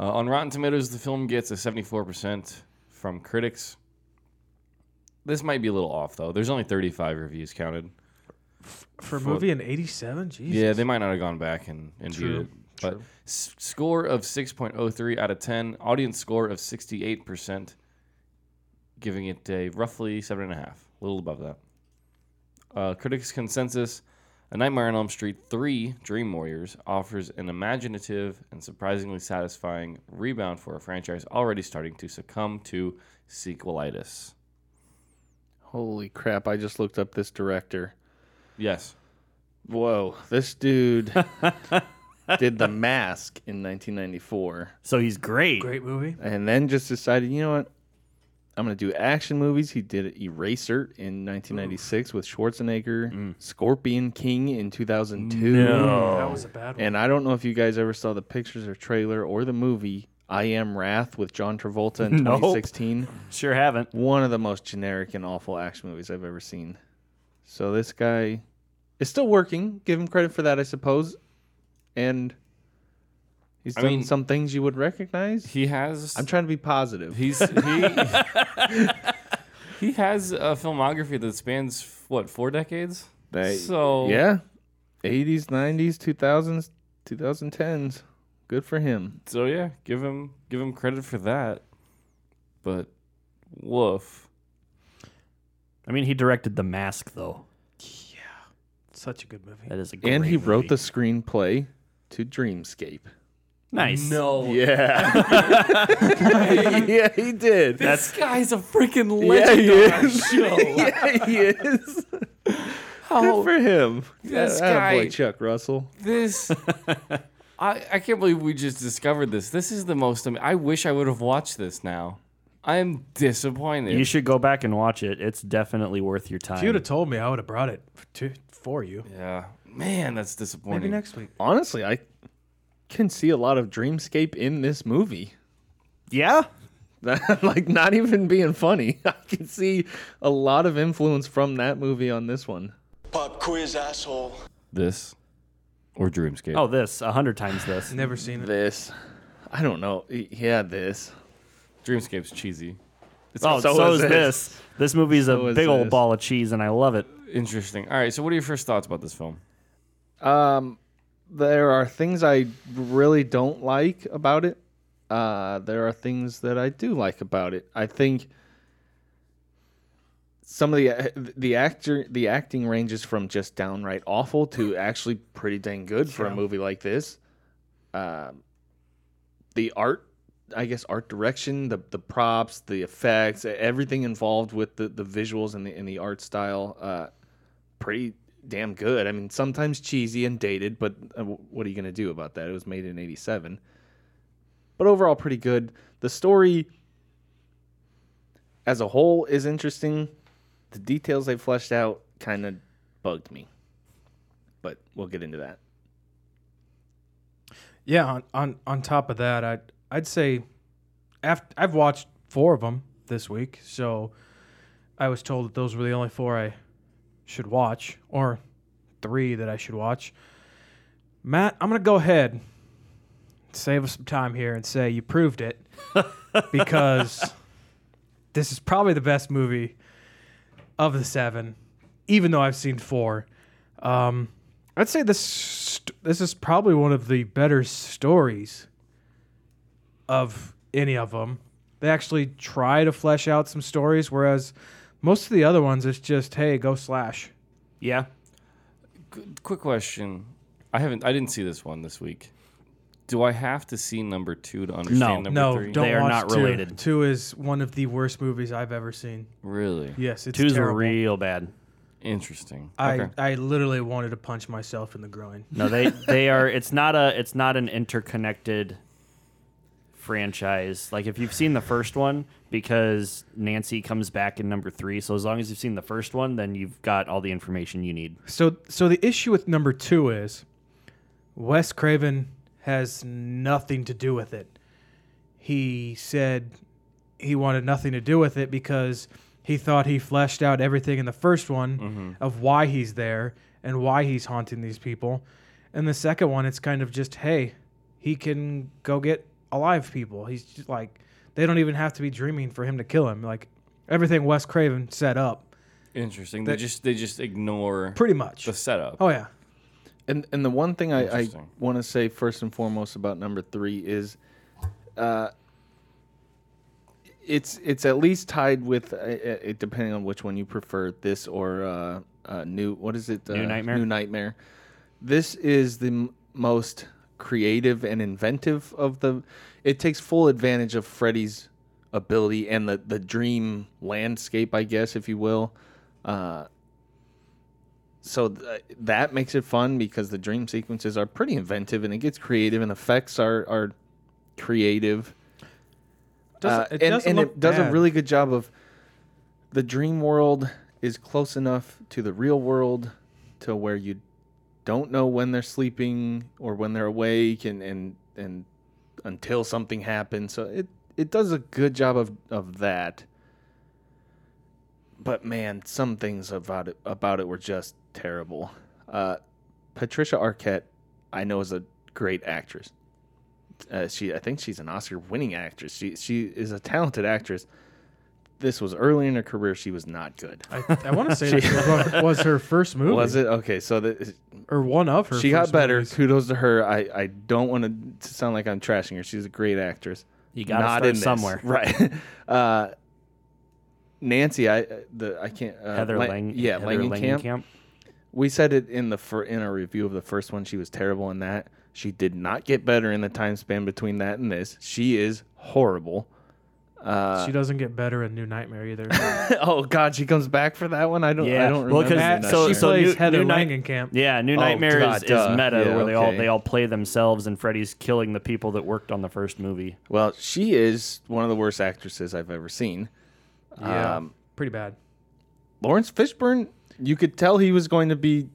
S2: uh, on Rotten Tomatoes, the film gets a 74% from critics. This might be a little off though. There's only 35 reviews counted.
S5: for a
S2: For-
S5: movie in '87. Jesus.
S2: Yeah, they might not have gone back and, and viewed it. But s- score of 6.03 out of 10, audience score of 68%, giving it a roughly 7.5, a little above that. Uh, critics' consensus A Nightmare on Elm Street 3 Dream Warriors offers an imaginative and surprisingly satisfying rebound for a franchise already starting to succumb to sequelitis.
S4: Holy crap! I just looked up this director.
S2: Yes.
S4: Whoa, this dude did The Mask in 1994.
S3: So he's great.
S5: Great movie.
S4: and then just decided, you know what? I'm going to do action movies. He did Eraser in 1996 with Schwarzenegger,
S2: Mm.
S4: Scorpion King in 2002.
S5: That was a bad one.
S4: And I don't know if you guys ever saw the pictures or trailer or the movie I Am Wrath with John Travolta in
S3: Nope.
S4: 2016.
S3: Sure haven't.
S4: One of the most generic and awful action movies I've ever seen. So this guy is still working. Give him credit for that, I suppose. And he's
S2: I
S4: done
S2: mean-
S4: some things you would recognize.
S2: He has.
S4: I'm trying to be positive.
S2: He's he he has a filmography that spans what four decades.
S4: They-
S2: so
S4: yeah, eighties, nineties, two thousands, two thousand tens. Good for him.
S2: so yeah, give him give him credit for that. But woof,
S3: I mean, he directed The Mask though.
S5: Such a good movie.
S3: That is a
S4: and
S3: great
S4: he wrote
S3: movie.
S4: the screenplay to Dreamscape.
S3: nice.
S2: no,
S4: Yeah, yeah, he did.
S2: this guy's a freaking
S4: yeah,
S2: legend
S4: he
S2: yeah, on our
S4: is.
S2: show.
S4: yeah, he is.
S2: How-
S4: Good for him.
S2: This
S4: Atta
S2: guy-
S4: boy, Chuck Russell.
S2: this. I, I can't believe we just discovered this. This is the most. am- I wish I would have watched this now. I'm disappointed.
S3: You should go back and watch it. It's definitely worth your time.
S5: If you'd have told me, I would have brought it f- to, for you.
S2: yeah, man, that's disappointing.
S5: Maybe next week.
S4: Honestly, I can see a lot of Dreamscape in this movie.
S3: yeah.
S4: like not even being funny. I can see a lot of influence from that movie on this one.
S9: Pop quiz, asshole.
S2: This or Dreamscape.
S3: Oh, this a hundred times this.
S5: Never seen it.
S4: This, I don't know. Y- Yeah, this.
S2: Dreamscape's cheesy.
S3: oh, so,
S4: so
S3: is
S4: is
S3: this. This, movie's
S4: So
S3: a
S4: is
S3: big old
S4: this.
S3: ball of cheese, and I love it.
S2: Interesting. All right. So, what are your first thoughts about this film?
S4: Um, there are things I really don't like about it. Uh, there are things that I do like about it. I think some of the uh, the actor the acting ranges from just downright awful to actually pretty dang good for a movie like this. Um, the art, I guess, art direction, the the props, the effects, e-, everything involved with the, the visuals and the and the art style. Uh, pretty damn good. I mean, sometimes cheesy and dated, but uh, w- what are you going to do about that? It was made in 87. But overall, pretty good. The story as a whole is interesting. The details they fleshed out kind of bugged me. But we'll get into that.
S5: Yeah. On, on on top of that, I'd I'd say, after I've watched four of them this week, so I was told that those were the only four I should watch, or three that I should watch. Matt, I'm gonna go ahead, save us some time here, and say you proved it, because this is probably the best movie of the seven, even though I've seen four. Um, I'd say this st- this is probably one of the better stories of any of them. They actually try to flesh out some stories, whereas most of the other ones it's just hey go slash.
S3: Yeah.
S2: Qu- quick question. I haven't. I didn't see this one this week. Do I have to see number two to understand number
S5: no,
S2: 3
S5: don't
S3: They are
S5: watch
S3: not
S5: two.
S3: related.
S5: Two is one of the worst movies I've ever seen.
S2: Really
S5: Yes, it's
S3: Two's were
S5: terrible.
S3: real bad.
S2: Interesting.
S5: I,
S2: Okay.
S5: I literally wanted to punch myself in the groin.
S3: No, they they are. It's not a. It's not an interconnected franchise. Like if you've seen the first one, because Nancy comes back in number three. So as long as you've seen the first one, then you've got all the information you need.
S5: So so the issue with number two is Wes Craven has nothing to do with it. He said he wanted nothing to do with it because he thought he fleshed out everything in the first one of why he's there and why he's haunting these people. And the second one, it's kind of just, hey, he can go get alive people. He's just like, they don't even have to be dreaming for him to kill him. Like everything Wes Craven set up.
S2: Interesting. They,
S5: That-
S2: just they just ignore
S5: Pretty much.
S2: the setup.
S5: Oh, yeah.
S4: And and the one thing I, I
S2: Interesting.
S4: want to say first and foremost about number three is, uh, it's it's at least tied with uh, uh, depending on which one you prefer, this or uh, uh, new what is it?
S3: New
S4: uh,
S3: Nightmare?
S4: New nightmare. This is the m- most creative and inventive of the. It takes full advantage of Freddy's ability and the the dream landscape, I guess, if you will. Uh, so th- uh, that makes it fun because the dream sequences are pretty inventive and it gets creative and effects are are creative.
S5: Doesn't-
S4: Uh,
S5: it
S4: and
S5: doesn't
S4: and
S5: look
S4: it does a
S5: bad.
S4: really good job of the dream world is close enough to the real world to where you don't know when they're sleeping or when they're awake and and and until something happens. So it it does a good job of of that. But man, some things about it about it were just terrible. Uh, Patricia Arquette, I know is a great actress. Uh, she, I think she's an Oscar-winning actress. She she is a talented actress. This was early in her career. She was not good.
S5: I, I want to say that was her first movie.
S4: Was it okay? So the,
S5: Or one of her.
S4: she got
S5: first
S4: better.
S5: movies.
S4: Kudos to her. I, I don't want to sound like I'm trashing her. She's a great actress.
S3: You gotta
S4: Not
S3: start
S4: in this.
S3: somewhere.
S4: right? Uh, Nancy, I the I can't uh,
S3: Heather
S4: Lang-
S3: Lang.
S4: yeah,
S3: Heather
S4: Langenkamp. We said it in the fir- in our review of the first one. She was terrible in that. She did not get better in the time span between that and this. She is horrible. Uh,
S5: She doesn't get better in New Nightmare either.
S4: oh God, she comes back for that one. I don't.
S3: Yeah.
S4: I don't
S3: Well,
S4: remember.
S3: 'cause
S4: that.
S3: so-
S5: she
S3: so
S5: plays
S3: New-
S5: Heather
S3: New Night-
S5: Langenkamp.
S3: Yeah, New
S4: Oh,
S3: Nightmare
S4: duh,
S3: is, is
S4: duh.
S3: meta,
S4: Yeah,
S3: where they all
S4: okay.
S3: they all play themselves, and Freddy's killing the people that worked on the first movie.
S4: well, she is one of the worst actresses I've ever seen.
S5: Yeah, pretty bad.
S4: Lawrence Fishburne, you could tell he was going to be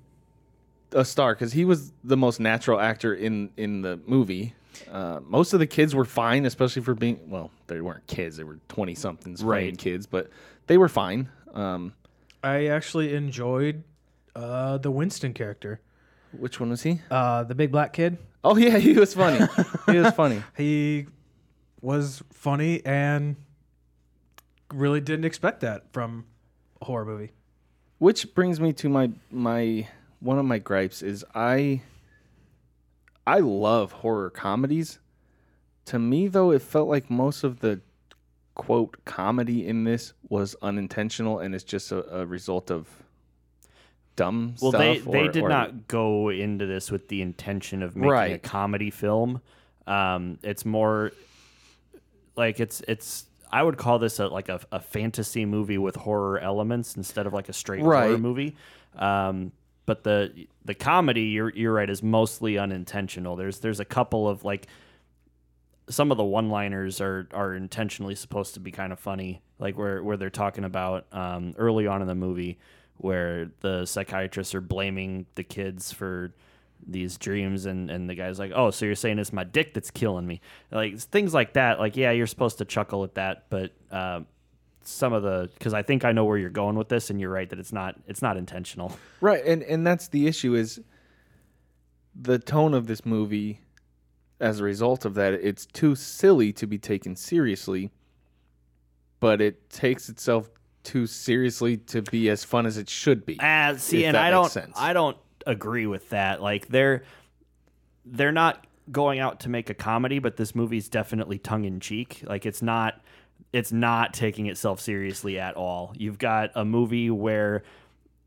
S4: a star because he was the most natural actor in in the movie. Uh, most of the kids were fine, especially for being well, they weren't kids; they were twenty somethings,
S3: Right.
S4: Kids, but they were fine. Um,
S5: I actually enjoyed uh, the Winston character,
S4: which one was he?
S5: uh, the big black kid.
S4: Oh yeah, he was funny. he was funny.
S5: He was funny and really didn't expect that from a horror movie.
S4: Which brings me to my my one of my gripes is I I love horror comedies. To me though, it felt like most of the quote comedy in this was unintentional and it's just a, a result of dumb
S3: Well,
S4: stuff.
S3: they they
S4: or-
S3: did
S4: or-
S3: not go into this with the intention of making a
S4: Right.
S3: comedy film. Um, it's more like it's it's. I would call this a, like a, a fantasy movie with horror elements instead of like a straight horror
S4: Right.
S3: movie. Um, but the the comedy, you're you're right, is mostly unintentional. There's there's a couple of like some of the one liners are are intentionally supposed to be kind of funny, like where where they're talking about um, early on in the movie where the psychiatrists are blaming the kids for these dreams and and the guy's like oh so you're saying it's my dick that's killing me like things like that like yeah you're supposed to chuckle at that but uh, some of the because i think i know where you're going with this and you're right that it's not it's not intentional
S4: Right, and and that's the issue is the tone of this movie as a result of that it's too silly to be taken seriously, but it takes itself too seriously to be as fun as it should be.
S3: Ah, see,
S4: if
S3: and
S4: that
S3: I
S4: makes
S3: don't,
S4: sense.
S3: I don't agree with that. Like they're they're not going out to make a comedy, but this movie's definitely tongue in cheek. Like it's not, it's not taking itself seriously at all. You've got a movie where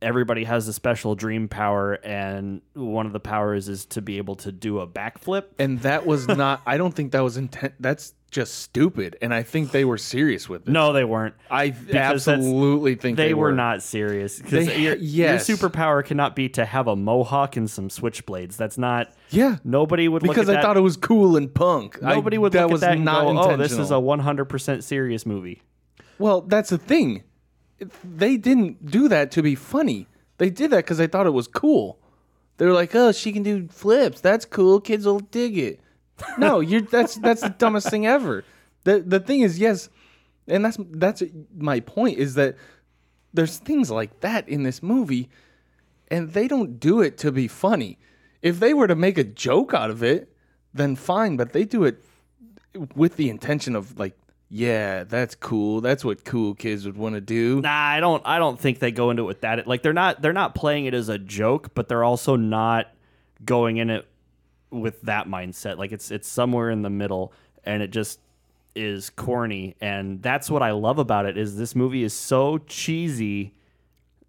S3: everybody has a special dream power, and one of the powers is to be able to do a backflip.
S4: And that was not. I don't think that was intent. That's just stupid. And I think they were serious with it.
S3: No, they weren't.
S4: I
S3: Because that's-
S4: absolutely think
S3: they,
S4: they
S3: were
S4: were.
S3: not serious.
S4: They-
S3: Because your,
S4: yes.
S3: your superpower cannot be to have a mohawk and some switchblades. That's not.
S4: Yeah.
S3: Nobody would
S4: because
S3: look
S4: I
S3: at that.
S4: thought it was cool and punk. I-
S3: Nobody would
S4: That
S3: look
S4: was
S3: at that
S4: not
S3: and go, "Oh, this is a
S4: intentional."
S3: 100% serious movie."
S4: Well, that's the thing. They didn't do that to be funny. They did that because they thought it was cool. They were like, "Oh, she can do flips. That's cool. Kids will dig it." No, you're that's that's the dumbest thing ever. The the thing is, yes, and that's that's my point is that there's things like that in this movie, and they don't do it to be funny. If they were to make a joke out of it, then fine. But they do it with the intention of like, yeah, that's cool. That's what cool kids would want to do.
S3: Nah, I don't. I don't think they go into it with that. Like they're not. They're not playing it as a joke, but they're also not going in it with that mindset. Like it's it's somewhere in the middle, and it just is corny. And that's what I love about it is this movie is so cheesy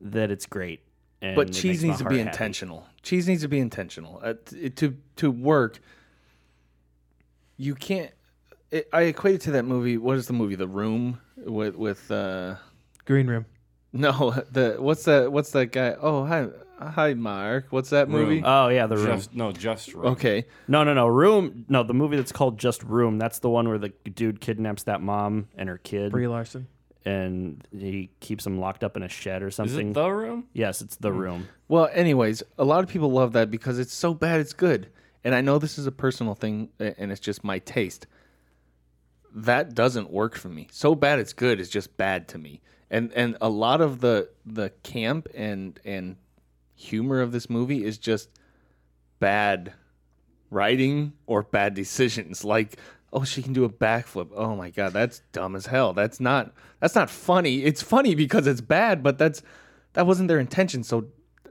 S3: that it's great. And
S4: but
S3: it
S4: cheese
S3: makes my
S4: needs to
S3: heart
S4: be
S3: happy.
S4: intentional. Cheese needs to be intentional. Uh, t- to to work, you can't. It, I equate it to that movie. What is the movie? The Room with with uh,
S5: Green Room.
S4: no the what's that what's that guy? Oh hi hi Mark. What's that movie?
S2: Room.
S3: Oh yeah, the room.
S2: Just, no, just right.
S4: Okay,
S3: No, no, no. Room. No, the movie that's called Just Room. That's the one where the dude kidnaps that mom and her kid,
S5: Brie Larson.
S3: and he keeps them locked up in a shed or
S2: Is
S3: something.
S2: it the room?
S3: Yes, it's
S5: Hmm.
S3: the room.
S4: Well, anyways, a lot of people love that because it's so bad it's good. And I know this is a personal thing a- and it's just my taste. That doesn't work for me. So bad it's good is just bad to me. And and a lot of the the camp and and humor of this movie is just bad writing or bad decisions like oh she can do a backflip oh my god that's dumb as hell that's not that's not funny it's funny because it's bad but that's that wasn't their intention so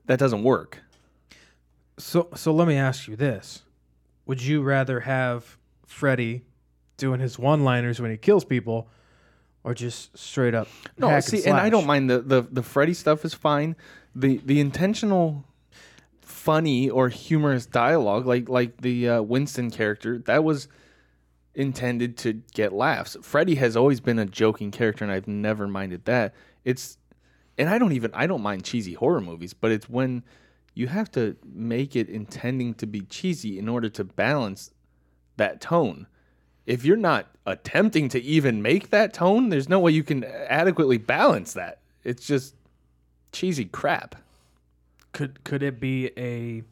S4: that doesn't work
S5: So so let me ask you this: Would you rather have Freddy doing his one-liners when he kills people, or just straight up?
S4: no
S5: hack
S4: see
S5: and,
S4: and, i
S5: slash?
S4: don't mind the, the the freddy stuff is fine the the intentional funny or humorous dialogue like like the uh, winston character that was intended to get laughs freddy has always been a joking character and i've never minded that it's and i don't even i don't mind cheesy horror movies but it's when you have to make it intending to be cheesy in order to balance that tone if you're not attempting to even make that tone, there's no way you can adequately balance that. It's just cheesy crap.
S5: Could could it be a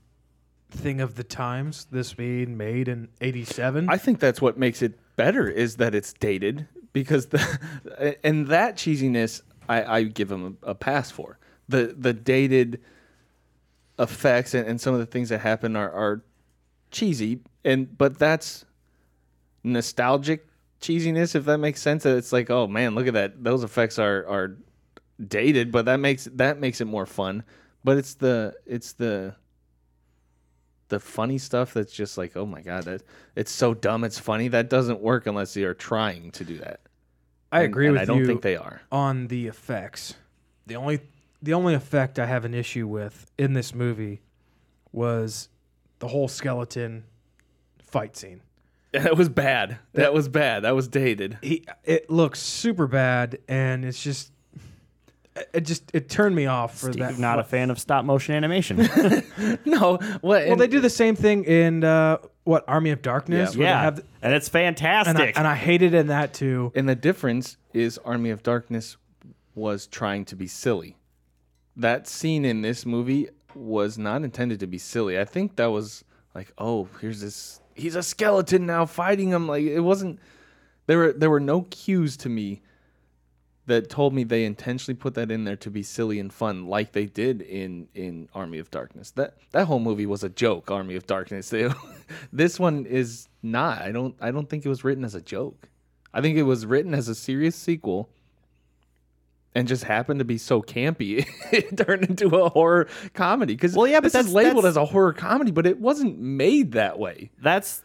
S5: thing of the times? This being made in '87.
S4: I think that's what makes it better is that it's dated because the and that cheesiness I, I give them a, a pass for the the dated effects and, and some of the things that happen are, are cheesy and but that's nostalgic cheesiness if that makes sense it's like oh man look at that those effects are are dated but that makes that makes it more fun but it's the it's the the funny stuff that's just like oh my god that it's so dumb it's funny that doesn't work unless they are trying to do that
S5: I
S4: And-
S5: agree
S4: and
S5: with
S4: i don't
S5: you
S4: think they are
S5: on the effects. The only the only effect I have an issue with in this movie was the whole skeleton fight scene.
S4: that was bad that was bad that was dated
S5: He it looks super bad, and it's just it just it turned me off for that.
S3: Steve, not a fan of stop motion animation.
S4: no what
S5: well, they do the same thing in uh, what Army of Darkness.
S4: Yeah.
S5: where they
S3: yeah,
S5: have the-
S3: and it's fantastic.
S5: and, I, and I hated in that too.
S4: And the difference is Army of Darkness was trying to be silly. That scene in this movie was not intended to be silly. I think that was like, oh, here's this he's a skeleton now fighting him. Like it wasn't there were there were no cues to me that told me they intentionally put that in there to be silly and fun like they did in in Army of Darkness. That that whole movie was a joke, Army of Darkness. this one is not. I don't I don't think it was written as a joke. I think it was written as a serious sequel and just happened to be so campy it turned into a horror comedy cuz
S3: Well, yeah, but
S4: this
S3: that's-
S4: is labeled
S3: that's-
S4: as a horror comedy, but it wasn't made that way.
S3: that's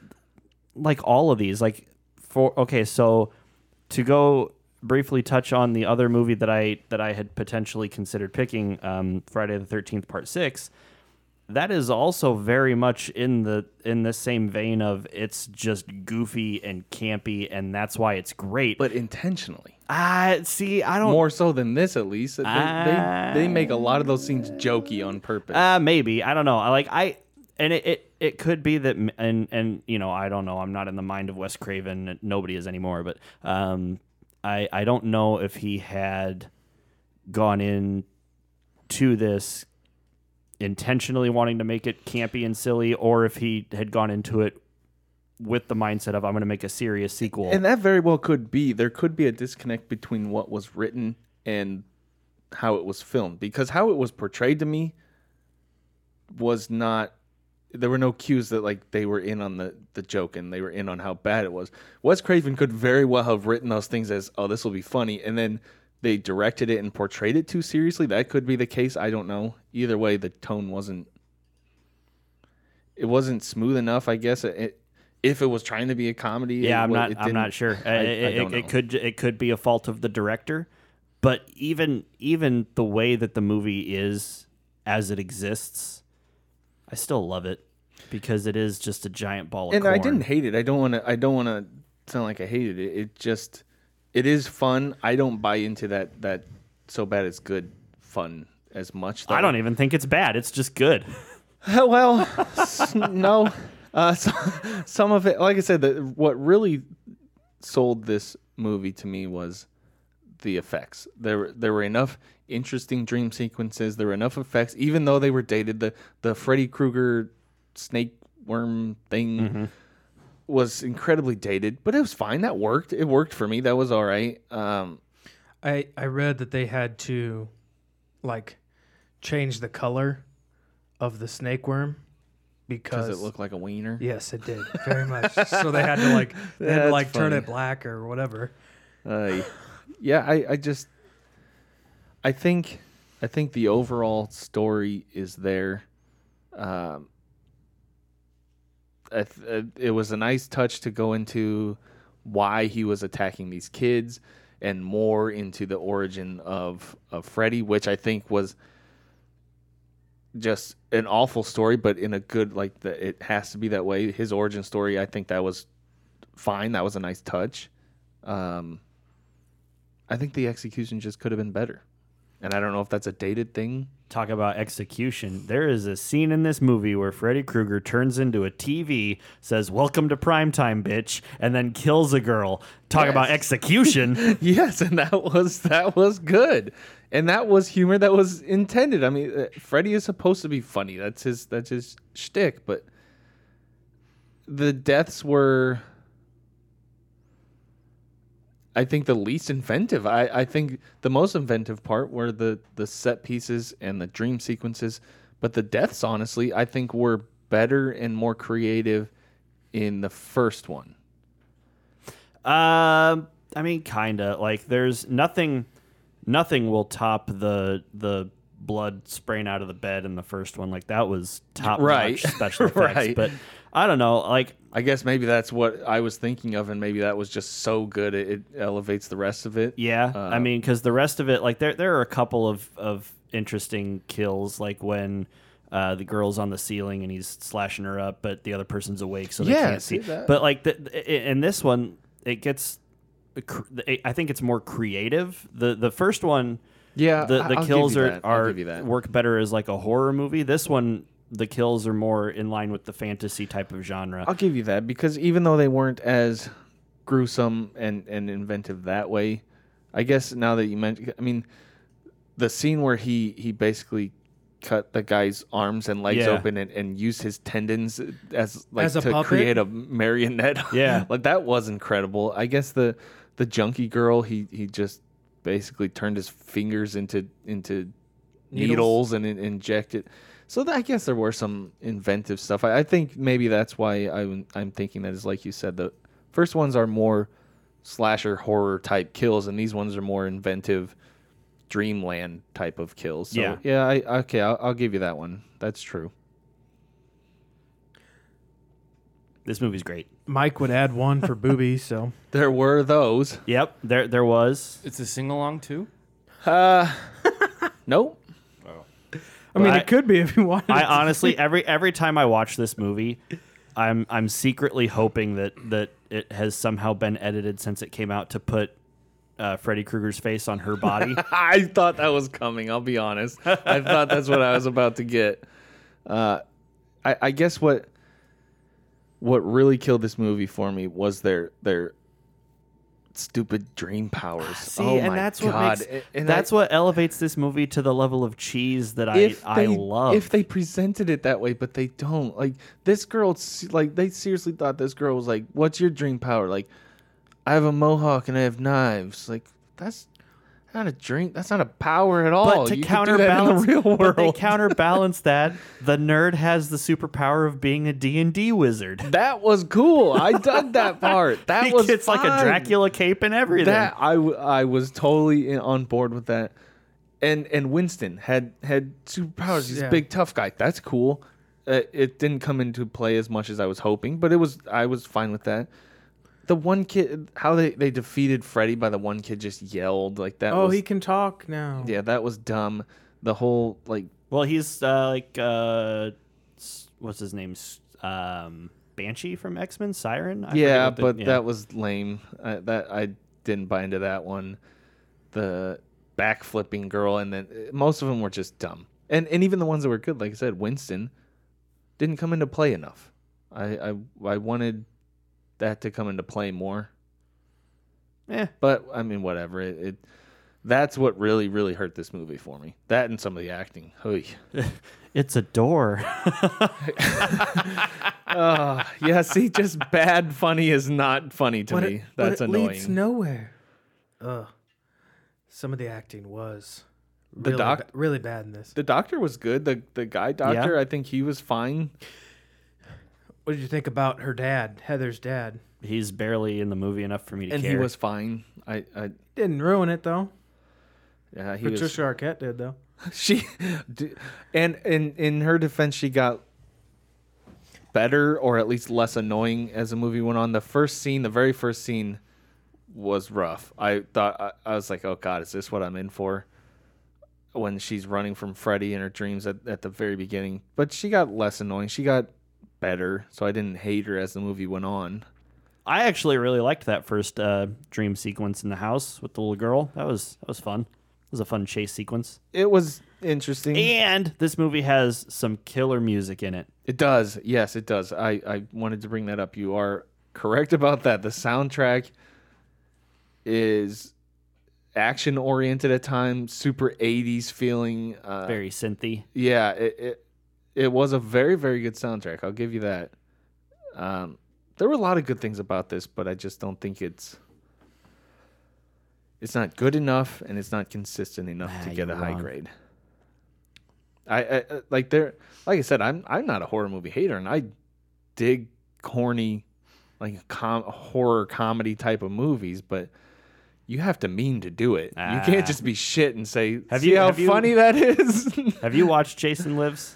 S3: like all of these like for okay so to go briefly touch on the other movie that I that I had potentially considered picking, um, Friday the Thirteenth Part Six. That is also very much in the in the same vein of it's just goofy and campy, and that's why it's great.
S4: But intentionally,
S3: I see. I don't
S4: more so than this at least. They, they, they make a lot of those scenes jokey on purpose.
S3: Uh, maybe I don't know. I like I, and it, it it could be that m- and and you know I don't know. I'm not in the mind of Wes Craven. and Nobody is anymore. But um, I I don't know if he had gone in to this intentionally wanting to make it campy and silly, or if he had gone into it with the mindset of I'm going to make a serious sequel.
S4: And that very well could be. There could be a disconnect between what was written and how it was filmed because how it was portrayed to me was not there were no cues that like they were in on the the joke and they were in on how bad it was. Wes Craven could very well have written those things as oh this will be funny and then they directed it and portrayed it too seriously. That could be the case. I don't know. Either way, the tone wasn't it wasn't smooth enough. I guess it, it- if it was trying to be a comedy.
S3: Yeah,
S4: it
S3: I'm
S4: wa-
S3: not.
S4: it
S3: I'm not
S4: didn't-
S3: sure. Uh,
S4: I- I
S3: it,
S4: don't
S3: it- it
S4: know.
S3: could it could be a fault of the director, but even even the way that the movie is as it exists, I still love it because it is just a giant ball. Of
S4: and I
S3: corn.
S4: didn't hate it. I don't want to. I don't want to sound like I hated it. It just, it is fun. I don't buy into that that so bad it's good fun as much.
S3: I don't even think it's bad. It's just good.
S4: even. Oh, well, s- no. Uh, so, some of it, like I said, the, what really sold this movie to me was the effects. There, were- there were enough interesting dream sequences. There were enough effects, even though they were dated. The the Freddy Krueger snake worm thing was incredibly dated, but it was fine. That worked. It worked for me. That was all right. Um,
S5: I I read that they had to like change the color of the snake worm because
S4: does it look like a wiener?
S5: Yes, it did very much. so they had to like they had to
S4: That's
S5: like turn
S4: funny.
S5: it black or whatever.
S4: Uh, yeah, I, I just I think I think the overall story is there. Um, I th- uh, it was a nice touch to go into why he was attacking these kids and more into the origin of of Freddy, which I think was just an awful story, but in a good like the, it has to be that way. His origin story, I think that was fine. That was a nice touch. Um, I think the execution just could have been better, and I don't know if that's a dated thing.
S3: Talk about execution. There is a scene in this movie where Freddy Krueger turns into a TV, says "Welcome to primetime, bitch," and then kills a girl. Talk about execution.
S4: yes, and that was that was good, and that was humor that was intended. I mean, uh, Freddy is supposed to be funny. That's his that's his shtick. But the deaths were, I think, the least inventive. I I think the most inventive part were the the set pieces and the dream sequences, but the deaths, honestly, I think were better and more creative in the first one.
S3: Um, I mean, kinda. Like, there's nothing. Nothing will top the the blood spraying out of the bed in the first one. Like that was top
S4: Right.
S3: notch special effects.
S4: Right.
S3: But I don't know. Like,
S4: I guess maybe that's what I was thinking of, and maybe that was just so good it, it elevates the rest of it.
S3: yeah.
S4: Uh,
S3: I mean, because the rest of it, like, there there are a couple of of interesting kills, like when. Uh, the girl's on the ceiling and he's slashing her up, but the other person's awake, so they
S4: Yeah,
S3: can't see.
S4: see that.
S3: But like the, the, in this one, it gets. cr- I think it's more creative. the The first one,
S4: yeah,
S3: the
S4: Uh, I-
S3: the
S4: I'll give
S3: kills
S4: you
S3: are,
S4: that. I'll
S3: are
S4: give you that.
S3: work better as like a horror movie. This one, the kills are more in line with the fantasy type of genre.
S4: I'll give you that because even though they weren't as gruesome and and inventive that way, I guess now that you mentioned, I mean, the scene where he he basically cut the guy's arms and legs
S3: Yeah.
S4: open and, and used his tendons as like
S5: As a
S4: to
S5: puppet?
S4: create a marionette.
S3: Yeah.
S4: like that was incredible. I guess the the junkie girl he he just basically turned his fingers into into needles, and in, inject it. So that, I guess there were some inventive stuff. I, I think maybe that's why I'm, I'm thinking that is like you said, the first ones are more slasher horror type kills, and these ones are more inventive dreamland type of kills. So,
S3: Yeah.
S4: yeah. I, okay, I'll, I'll give you that one. That's true.
S3: This movie's great.
S5: Mike would add one for booby, so
S4: there were those.
S3: Yep, there there was.
S2: It's a sing along too.
S4: Uh, nope.
S5: I mean,
S3: Well, I-
S5: it could be if you wanted.
S3: I
S5: it to
S3: honestly every every time I watch this movie, I'm I'm secretly hoping that that it has somehow been edited since it came out to put uh, Freddy Krueger's face on her body.
S4: I thought that was coming. I'll be honest. I thought that's what I was about to get. Uh, I, I guess what what really killed this movie for me was their their stupid dream powers.
S3: Ah, See,
S4: oh
S3: and
S4: my
S3: that's
S4: God.
S3: what makes,
S4: A- and
S3: that's
S4: I-
S3: what elevates this movie to the level of cheese that I
S4: if
S3: I
S4: they,
S3: love.
S4: If they presented it that way, but they don't. Like this girl, se- like they seriously thought this girl was like, "What's your dream power?" Like, I have a mohawk and I have knives. Like that's not a dream. That's not a power at all.
S3: But to
S4: Oh, You could do that
S3: counterbalance,
S4: in the real world.
S3: but they counterbalance that the nerd has the superpower of being a D and D wizard.
S4: that was cool. I dug that part. That was
S3: it's like a
S4: fine.
S3: Dracula cape and everything.
S4: That I, w- I was totally in, on board with that. And and Winston had had superpowers. He's
S5: Yeah.
S4: a big tough guy. That's cool. Uh, it didn't come into play as much as I was hoping, but it was I was fine with that. The one kid, how they, they defeated Freddy by the one kid just yelled like that.
S5: Oh,
S4: was,
S5: he can talk now.
S4: yeah, that was dumb. The whole like
S3: well, he's uh, like uh, s- what's his name? S- Um, Banshee from X Men, Siren. I forget
S4: yeah,
S3: what the-
S4: but
S3: yeah.
S4: that was lame. I, that I didn't buy into that one. The backflipping girl, and then eh, most of them were just dumb. And and even the ones that were good, like I said, Winston didn't come into play enough. I I, I wanted that to come into play more.
S3: Eh.
S4: But I mean, whatever. It, it that's what really really hurt this movie for me. That and some of the acting. Oy.
S3: it's a door.
S4: Ah, yeah, see, just bad funny is not funny to me. That's annoying.
S5: leads nowhere. Ugh. Some of the acting was
S4: The
S5: really
S4: doc-
S5: ba- really bad in this.
S4: The doctor was good. The the guy doctor, I think he was fine.
S5: What did you think about her dad, Heather's dad?
S3: he's barely in the movie enough for me to
S4: And
S3: care.
S4: he was fine. I I
S5: Didn't ruin it though.
S4: yeah, he
S5: Patricia Arquette did though.
S4: was she d- and in in her defense she got better or at least less annoying as the movie went on. The first scene, the very first scene was rough. I thought I, I was like, "Oh god, is this what I'm in for?" When she's running from Freddy in her dreams at, at the very beginning. But she got less annoying. She got better, so I didn't hate her as the movie went on.
S3: I actually really liked that first uh, dream sequence in the house with the little girl. That was that was fun. It was a fun chase sequence.
S4: It was interesting.
S3: And this movie has some killer music in it.
S4: It does. Yes, it does. I, I wanted to bring that up. You are correct about that. The soundtrack is action oriented at times, super 80s feeling. Uh,
S3: Very synthy.
S4: Yeah, it, it, it was a very, very good soundtrack. I'll give you that. Um, there were a lot of good things about this, but I just don't think it's. It's not good enough, and it's not consistent enough
S3: Ah,
S4: to get a
S3: you're
S4: high
S3: wrong.
S4: grade. I, I I- like there like I said I'm I'm not a horror movie hater and I dig corny like com- horror comedy type of movies but you have to mean to do it. You
S3: Ah.
S4: can't just be shit and say
S3: Have
S4: see
S3: you-
S4: how
S3: have you-
S4: funny that is.
S3: Have you watched Jason Lives?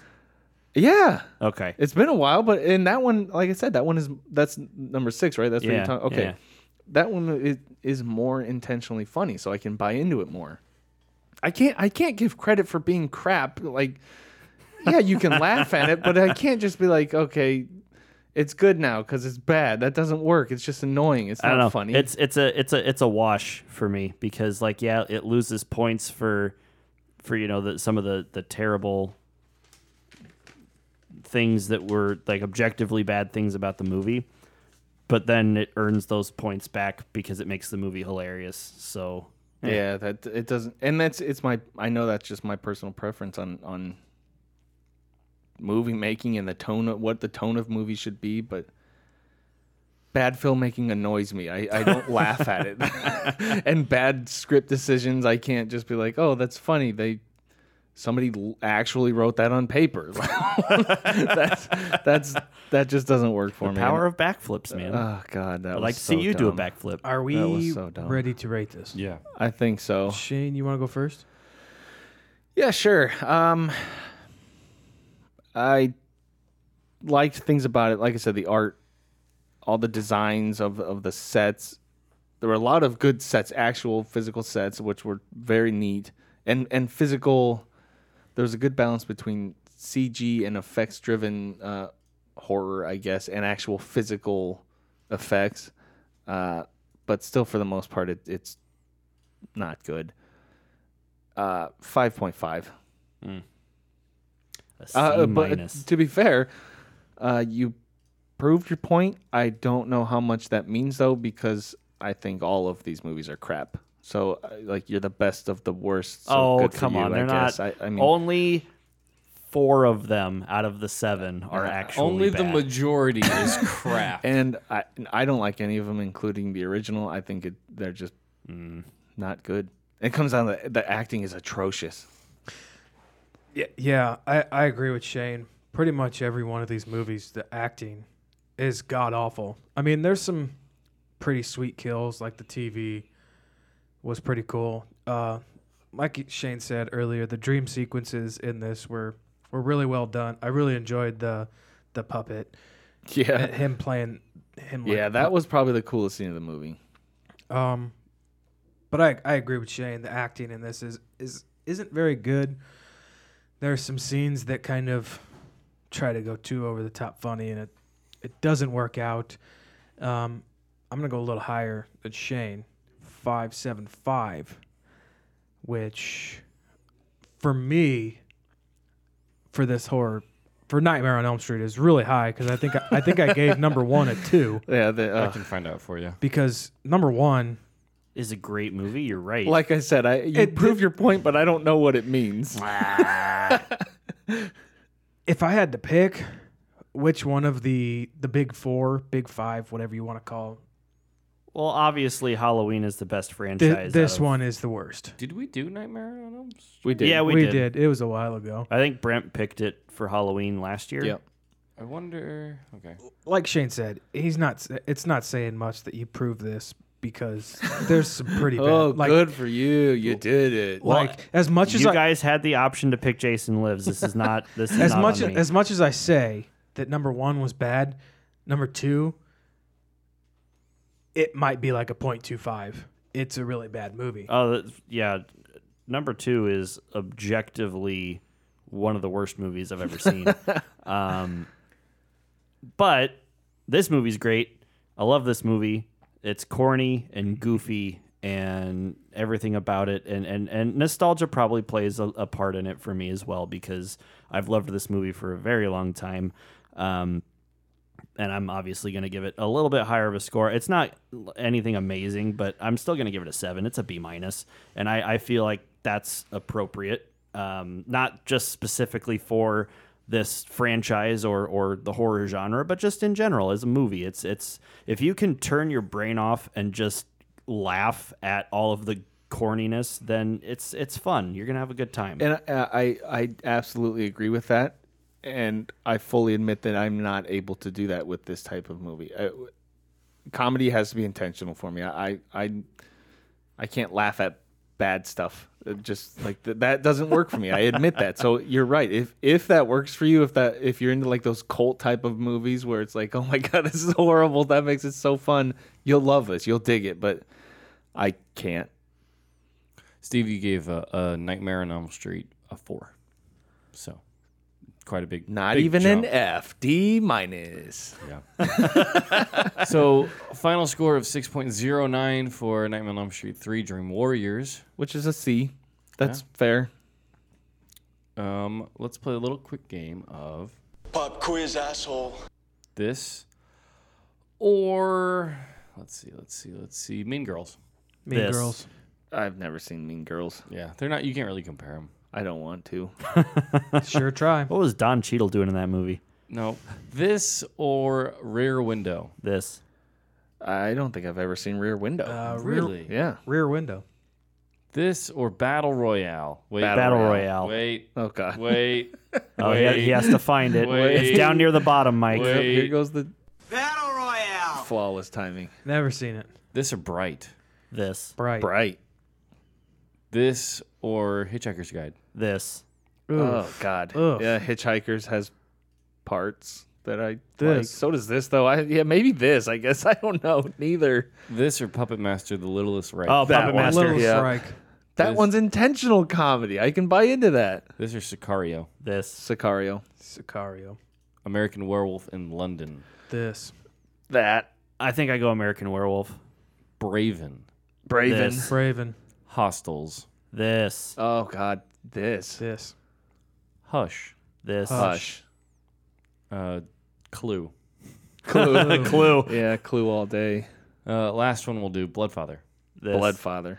S4: yeah.
S3: Okay.
S4: It's been a while but and that one like I said that one is that's number 6, right? That's what
S3: Yeah,
S4: you're talking Okay.
S3: yeah.
S4: That one is, is more intentionally funny so I can buy into it more. I can't I can't give credit for being crap. Like yeah, you can laugh at it, but I can't just be like, okay, it's good now because it's bad. That doesn't work. It's just annoying. It's
S3: I
S4: not
S3: don't know.
S4: funny.
S3: It's it's a it's a it's a wash for me because like yeah, it loses points for for you know the, some of the the terrible things that were like objectively bad things about the movie. But then it earns those points back because it makes the movie hilarious. So
S4: yeah, that it doesn't. And that's it's my I know that's just my personal preference on on movie making and the tone of what the tone of movies should be, but. Bad filmmaking annoys me. I, I don't laugh at it. and bad script decisions, I can't just be like, oh, that's funny. They somebody l- actually wrote that on paper. that's that's that just doesn't work for me.
S3: power of backflips, man.
S4: Oh God, that
S3: I'd
S4: was
S3: like to
S4: so
S3: see you do a
S4: dumb. Uh,
S3: backflip.
S5: Are
S4: That was
S5: we
S4: so dumb.
S5: ready to rate this?
S2: Yeah.
S4: I think so.
S5: Shane, you want to go first?
S4: Yeah, sure. Um, I liked things about it. Like I said, the art all the designs of, of the sets. There were a lot of good sets, actual physical sets, which were very neat and and physical. There was a good balance between CG and effects driven uh, horror, I guess, and actual physical effects. Uh, but still, for the most part, it, it's not good. Uh, five point five.
S3: A C
S4: Uh, but
S3: minus.
S4: to be fair, uh, you proved your point. I don't know how much that means though, because I think all of these movies are crap. So, uh, like, you're the best of the worst. So
S3: oh
S4: good for
S3: come
S4: you,
S3: on,
S4: I
S3: they're
S4: guess.
S3: not.
S4: I, I mean,
S3: only four of them out of the seven are actually
S2: Only the
S3: bad.
S2: majority is crap.
S4: and I, I don't like any of them, including the original. I think it, they're just
S3: Mm.
S4: not good. It comes down to the acting is atrocious.
S5: Yeah, yeah, I, I agree with Shane. Pretty much every one of these movies, the acting is god awful. I mean, there's some pretty sweet kills, like the TV was pretty cool. Uh, like Shane said earlier, the dream sequences in this were were really well done. I really enjoyed the the puppet.
S4: Yeah.
S5: and him playing him. like
S4: yeah,
S5: a
S3: uh,
S4: that was probably the coolest scene of the movie.
S5: um, but I I agree with Shane. The acting in this is is isn't very good. There are some scenes that kind of try to go too over the top funny, and it it doesn't work out. Um, I'm gonna go a little higher than Shane, five seven five, which for me for this horror for Nightmare on Elm Street is really high because I think I, I think I gave number one a two
S4: Yeah, the,
S2: I
S4: uh,
S2: can find out for you.
S5: because number one
S3: is a great movie. You're right.
S4: like I said, I you
S5: It-
S4: proved your point, but I don't know what it means.
S5: if I had to pick which one of the the big four, big five, whatever you want to call 'em,
S3: well, obviously Halloween is the best
S5: thi-
S3: franchise. out
S5: this
S3: of-
S5: one is the worst.
S2: Did we do Nightmare on Elm? Street?
S4: We did.
S3: Yeah, we,
S5: We, did. It was a while ago.
S3: I think Brent picked it for Halloween last year.
S4: Yep.
S2: I wonder. Okay.
S5: Like Shane said, he's not. s- It's not saying much that you prove this because there's some pretty bad.
S4: Oh,
S5: like,
S4: good for you. You did it.
S5: Like as much as
S3: you
S5: I,
S3: guys had the option to pick Jason Lives. This is not. This is
S5: as
S3: not
S5: much
S3: on me.
S5: as much as I say that number one was bad, number two, it might be like a point two five. It's a really bad movie.
S3: Oh that- yeah, number two is objectively one of the worst movies I've ever seen. um, but this movie's great. I love this movie. It's corny and goofy and everything about it and, and, and nostalgia probably plays a, a part in it for me as well because I've loved this movie for a very long time. Um, and I'm obviously going to give it a little bit higher of a score. It's not l- anything amazing, but I'm still going to give it a seven. It's a B minus, and I, I feel like that's appropriate. Um, not just specifically for this franchise or or the horror genre, but just in general as a movie. It's it's if you can turn your brain off and just laugh at all of the corniness, then it's it's fun. You're gonna have a good time.
S4: And uh, I, I absolutely agree with that, and I fully admit that I'm not able to do that with this type of movie. I, comedy has to be intentional for me. I, I, I can't laugh at bad stuff. It just like th- that doesn't work for me. I admit that. So you're right. If if that works for you, if that if you're into like those cult type of movies where it's like, oh my god, this is horrible. That makes it so fun. You'll love this. You'll dig it. But I can't.
S2: Steve, you gave a, a Nightmare on Elm Street a four, so quite a big.
S4: Not
S2: big
S4: even
S2: jump.
S4: an F. D minus.
S2: So final score of six point zero nine for Nightmare on Elm Street three Dream Warriors.
S4: which is a C. That's fair.
S2: Um, let's play a little quick game of
S9: Pop quiz, asshole.
S2: this or let's see, let's see, let's see. Mean Girls.
S5: mean
S3: this.
S5: Girls.
S4: I've never seen Mean Girls.
S2: Yeah, they're not. You can't really compare them.
S4: I don't want to.
S5: Sure try.
S3: What was Don Cheadle doing in that movie?
S2: No, this or Rear Window.
S3: This
S4: I don't think I've ever seen Rear Window.
S5: Uh, rear,
S2: Really?
S4: yeah.
S5: rear window.
S2: This or Battle Royale. Wait,
S3: Battle Royale.
S2: Wait,
S4: Oh God.
S2: wait.
S3: Oh, he, he has to find it.
S2: Wait.
S3: It's down near the bottom, Mike.
S4: Yep, here
S2: wait.
S4: goes the
S10: Battle Royale!
S4: flawless timing.
S5: Never seen it.
S2: This or Bright.
S3: This,
S5: Bright.
S4: Bright.
S2: This or Hitchhiker's Guide.
S3: this.
S5: Ooh.
S4: Oh God.
S5: Oof.
S4: Yeah, Hitchhikers has parts that I like.
S2: This.
S4: So does this though. I yeah, maybe this. I guess I don't know. Neither.
S2: This or Puppet Master, the littlest Reich.
S4: Oh, Puppet Master. Littlest
S2: yeah.
S4: Reich. That one's intentional comedy. I can buy into that.
S2: This or Sicario.
S3: This
S4: Sicario.
S5: Sicario.
S2: American Werewolf in London.
S5: This.
S4: That.
S3: I think I go American Werewolf.
S2: Braven.
S4: Braven.
S3: This.
S5: Braven.
S2: Hostels.
S3: This.
S4: Oh God. This.
S5: This.
S2: Hush.
S3: This.
S4: Hush.
S2: Uh, Clue.
S4: Clue.
S3: Clue.
S4: Yeah, Clue all day.
S2: Uh, last one we'll do Bloodfather.
S3: This.
S4: Bloodfather.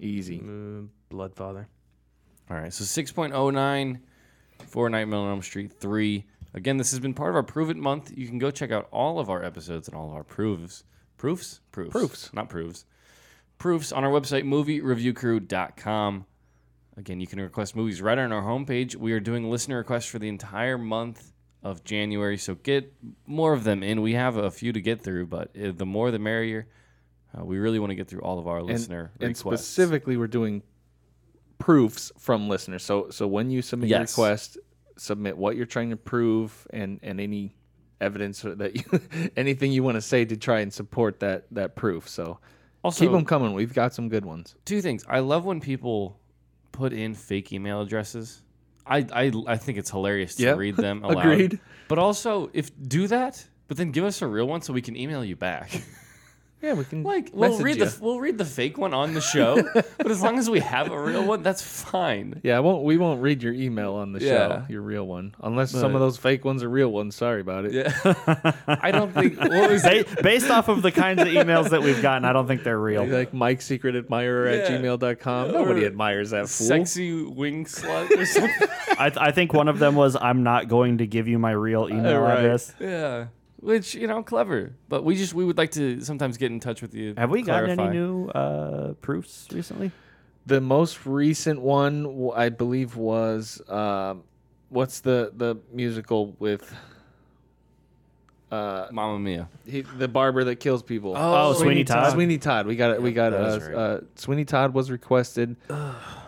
S4: Easy.
S5: Mm, Bloodfather.
S2: All right, so 6.09 for Nightmare on Elm Street 3. Again, this has been part of our Prove It Month. You can go check out all of our episodes and all of our proofs. Proofs? Proofs.
S4: Proofs.
S2: Not proofs. Proofs on our website, moviereviewcrew.com. Again, you can request movies right on our homepage. We are doing listener requests for the entire month of January, so get more of them in. We have a few to get through, but uh, the more the merrier. Uh, we really want to get through all of our
S4: And-
S2: listener
S4: and,
S2: requests.
S4: specifically we're doing proofs from listeners so so when you submit your
S2: Yes.
S4: request submit what you're trying to prove and and any evidence or that you anything you want to say to try and support that that proof so
S2: Also-
S4: keep them coming we've got some good ones
S2: two things. I love when people put in fake email addresses. I I, I think it's hilarious to
S4: Yep.
S2: read them aloud.
S4: Agreed.
S2: But also, if do that, but then give us a real one so we can email you back.
S4: yeah we can
S2: like we'll
S4: message
S2: read
S4: ya.
S2: the we'll read the fake one on the show, but as long as we have a real one, that's fine.
S4: yeah I won't we won't read your email on the show
S2: Yeah.
S4: your real one unless some of
S2: But-
S4: those fake ones are real ones sorry about it
S2: Yeah. I don't think what was
S3: Ba- based off of the kinds of emails that we've gotten, I don't think they're real.
S4: like mike's secret admirer at
S2: Yeah.
S4: gmail.com nobody admires that fool
S2: sexy wing slut or something.
S3: I, th- I think one of them was, "I'm not going to give you my real email
S4: Uh, right.
S3: address."
S2: yeah. Which you know, clever, but we just we would like to sometimes get in touch with you.
S3: Have we gotten
S2: clarify.
S3: any new uh, proofs recently?
S4: The most recent one, w- I believe, was um what's the the musical with uh,
S2: Mamma Mia?
S4: he, the barber that kills people? Uh,
S3: Oh, Sweeney Todd.
S4: Sweeney Todd. We got it. We got
S2: that was
S4: uh,
S2: right.
S4: uh, Sweeney Todd was requested,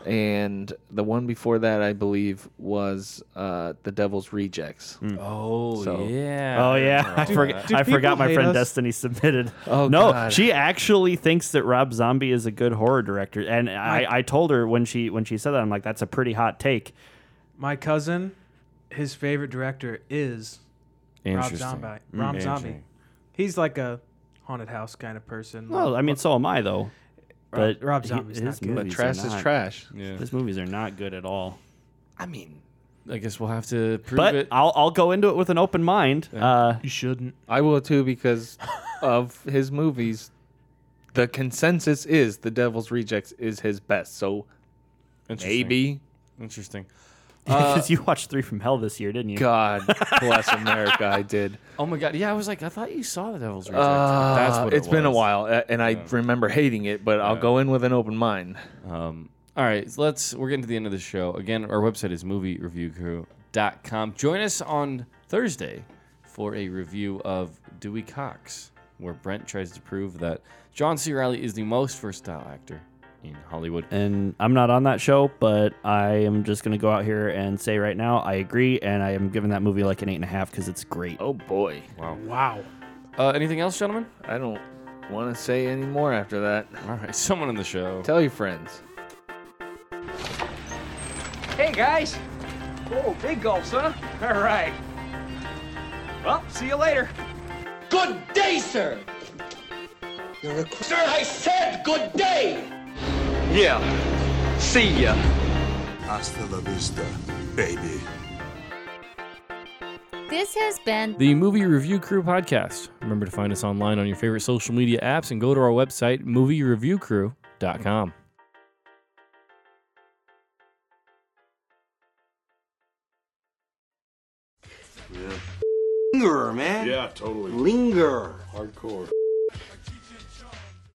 S4: and the one before that, I believe, was uh, the Devil's Rejects.
S2: Oh
S4: So-
S2: yeah.
S3: Oh yeah, I, forg-
S5: do
S3: I forgot.
S5: people
S3: My
S5: hate
S3: friend
S5: us?
S3: Destiny submitted.
S4: Oh,
S3: no,
S4: God.
S3: she actually thinks that Rob Zombie is a good horror director, and I, I told her when she when she said that, I'm like, that's a pretty hot take.
S5: My cousin, his favorite director is Rob Zombie. Rob Zombie.
S2: Interesting.
S5: He's like a haunted house kind of person.
S3: Well, I mean, so am I though.
S5: Rob-
S3: But
S5: Rob
S3: he-
S5: Zombie's
S3: his
S5: not good.
S4: But
S3: movies are
S4: trash is
S3: not-
S4: trash.
S2: Yeah.
S3: His movies are not good at all.
S2: I mean, I guess we'll have to prove
S3: But
S2: it.
S3: I'll I'll go into it with an open mind. Uh,
S5: you shouldn't.
S4: I will too because of his movies. The consensus is the Devil's Rejects is his best. So
S2: Interesting.
S4: maybe
S2: Interesting.
S3: because you watched Three from Hell this year, didn't you?
S4: Uh, God bless America, I did.
S2: Oh my god. Yeah, I was like, I thought you saw the Devil's Rejects.
S4: Uh,
S2: That's what it
S4: has been a
S2: was.
S4: while, uh, and I remember hating it, but I'll go in with an open mind.
S2: Um, all right, so let's. We're getting to the end of the show. Again, our website is moviereviewcrew.com. Join us on Thursday for a review of Dewey Cox, where Brent tries to prove that John C. Riley is the most versatile actor in Hollywood.
S3: and I'm not on that show, but I am just gonna go out here and say right now I agree, and I am giving that movie like an eight and a half because it's great.
S4: Oh boy,
S5: Wow.
S2: Uh, anything else, gentlemen?
S4: I don't want to say any more after that.
S2: All right, someone in the show.
S4: Tell your friends.
S10: Hey, guys. Oh, big gulps, huh? All right. Well, see you later.
S9: Good day, sir. You're a sir. I said good day.
S10: Yeah. See ya.
S7: Hasta la vista, baby.
S11: This has been
S2: The Movie Review Crew podcast. Remember to find us online on your favorite social media apps and go to our website, moviereviewcrew.com.
S7: Linger, man. Yeah, totally. Linger. Hardcore.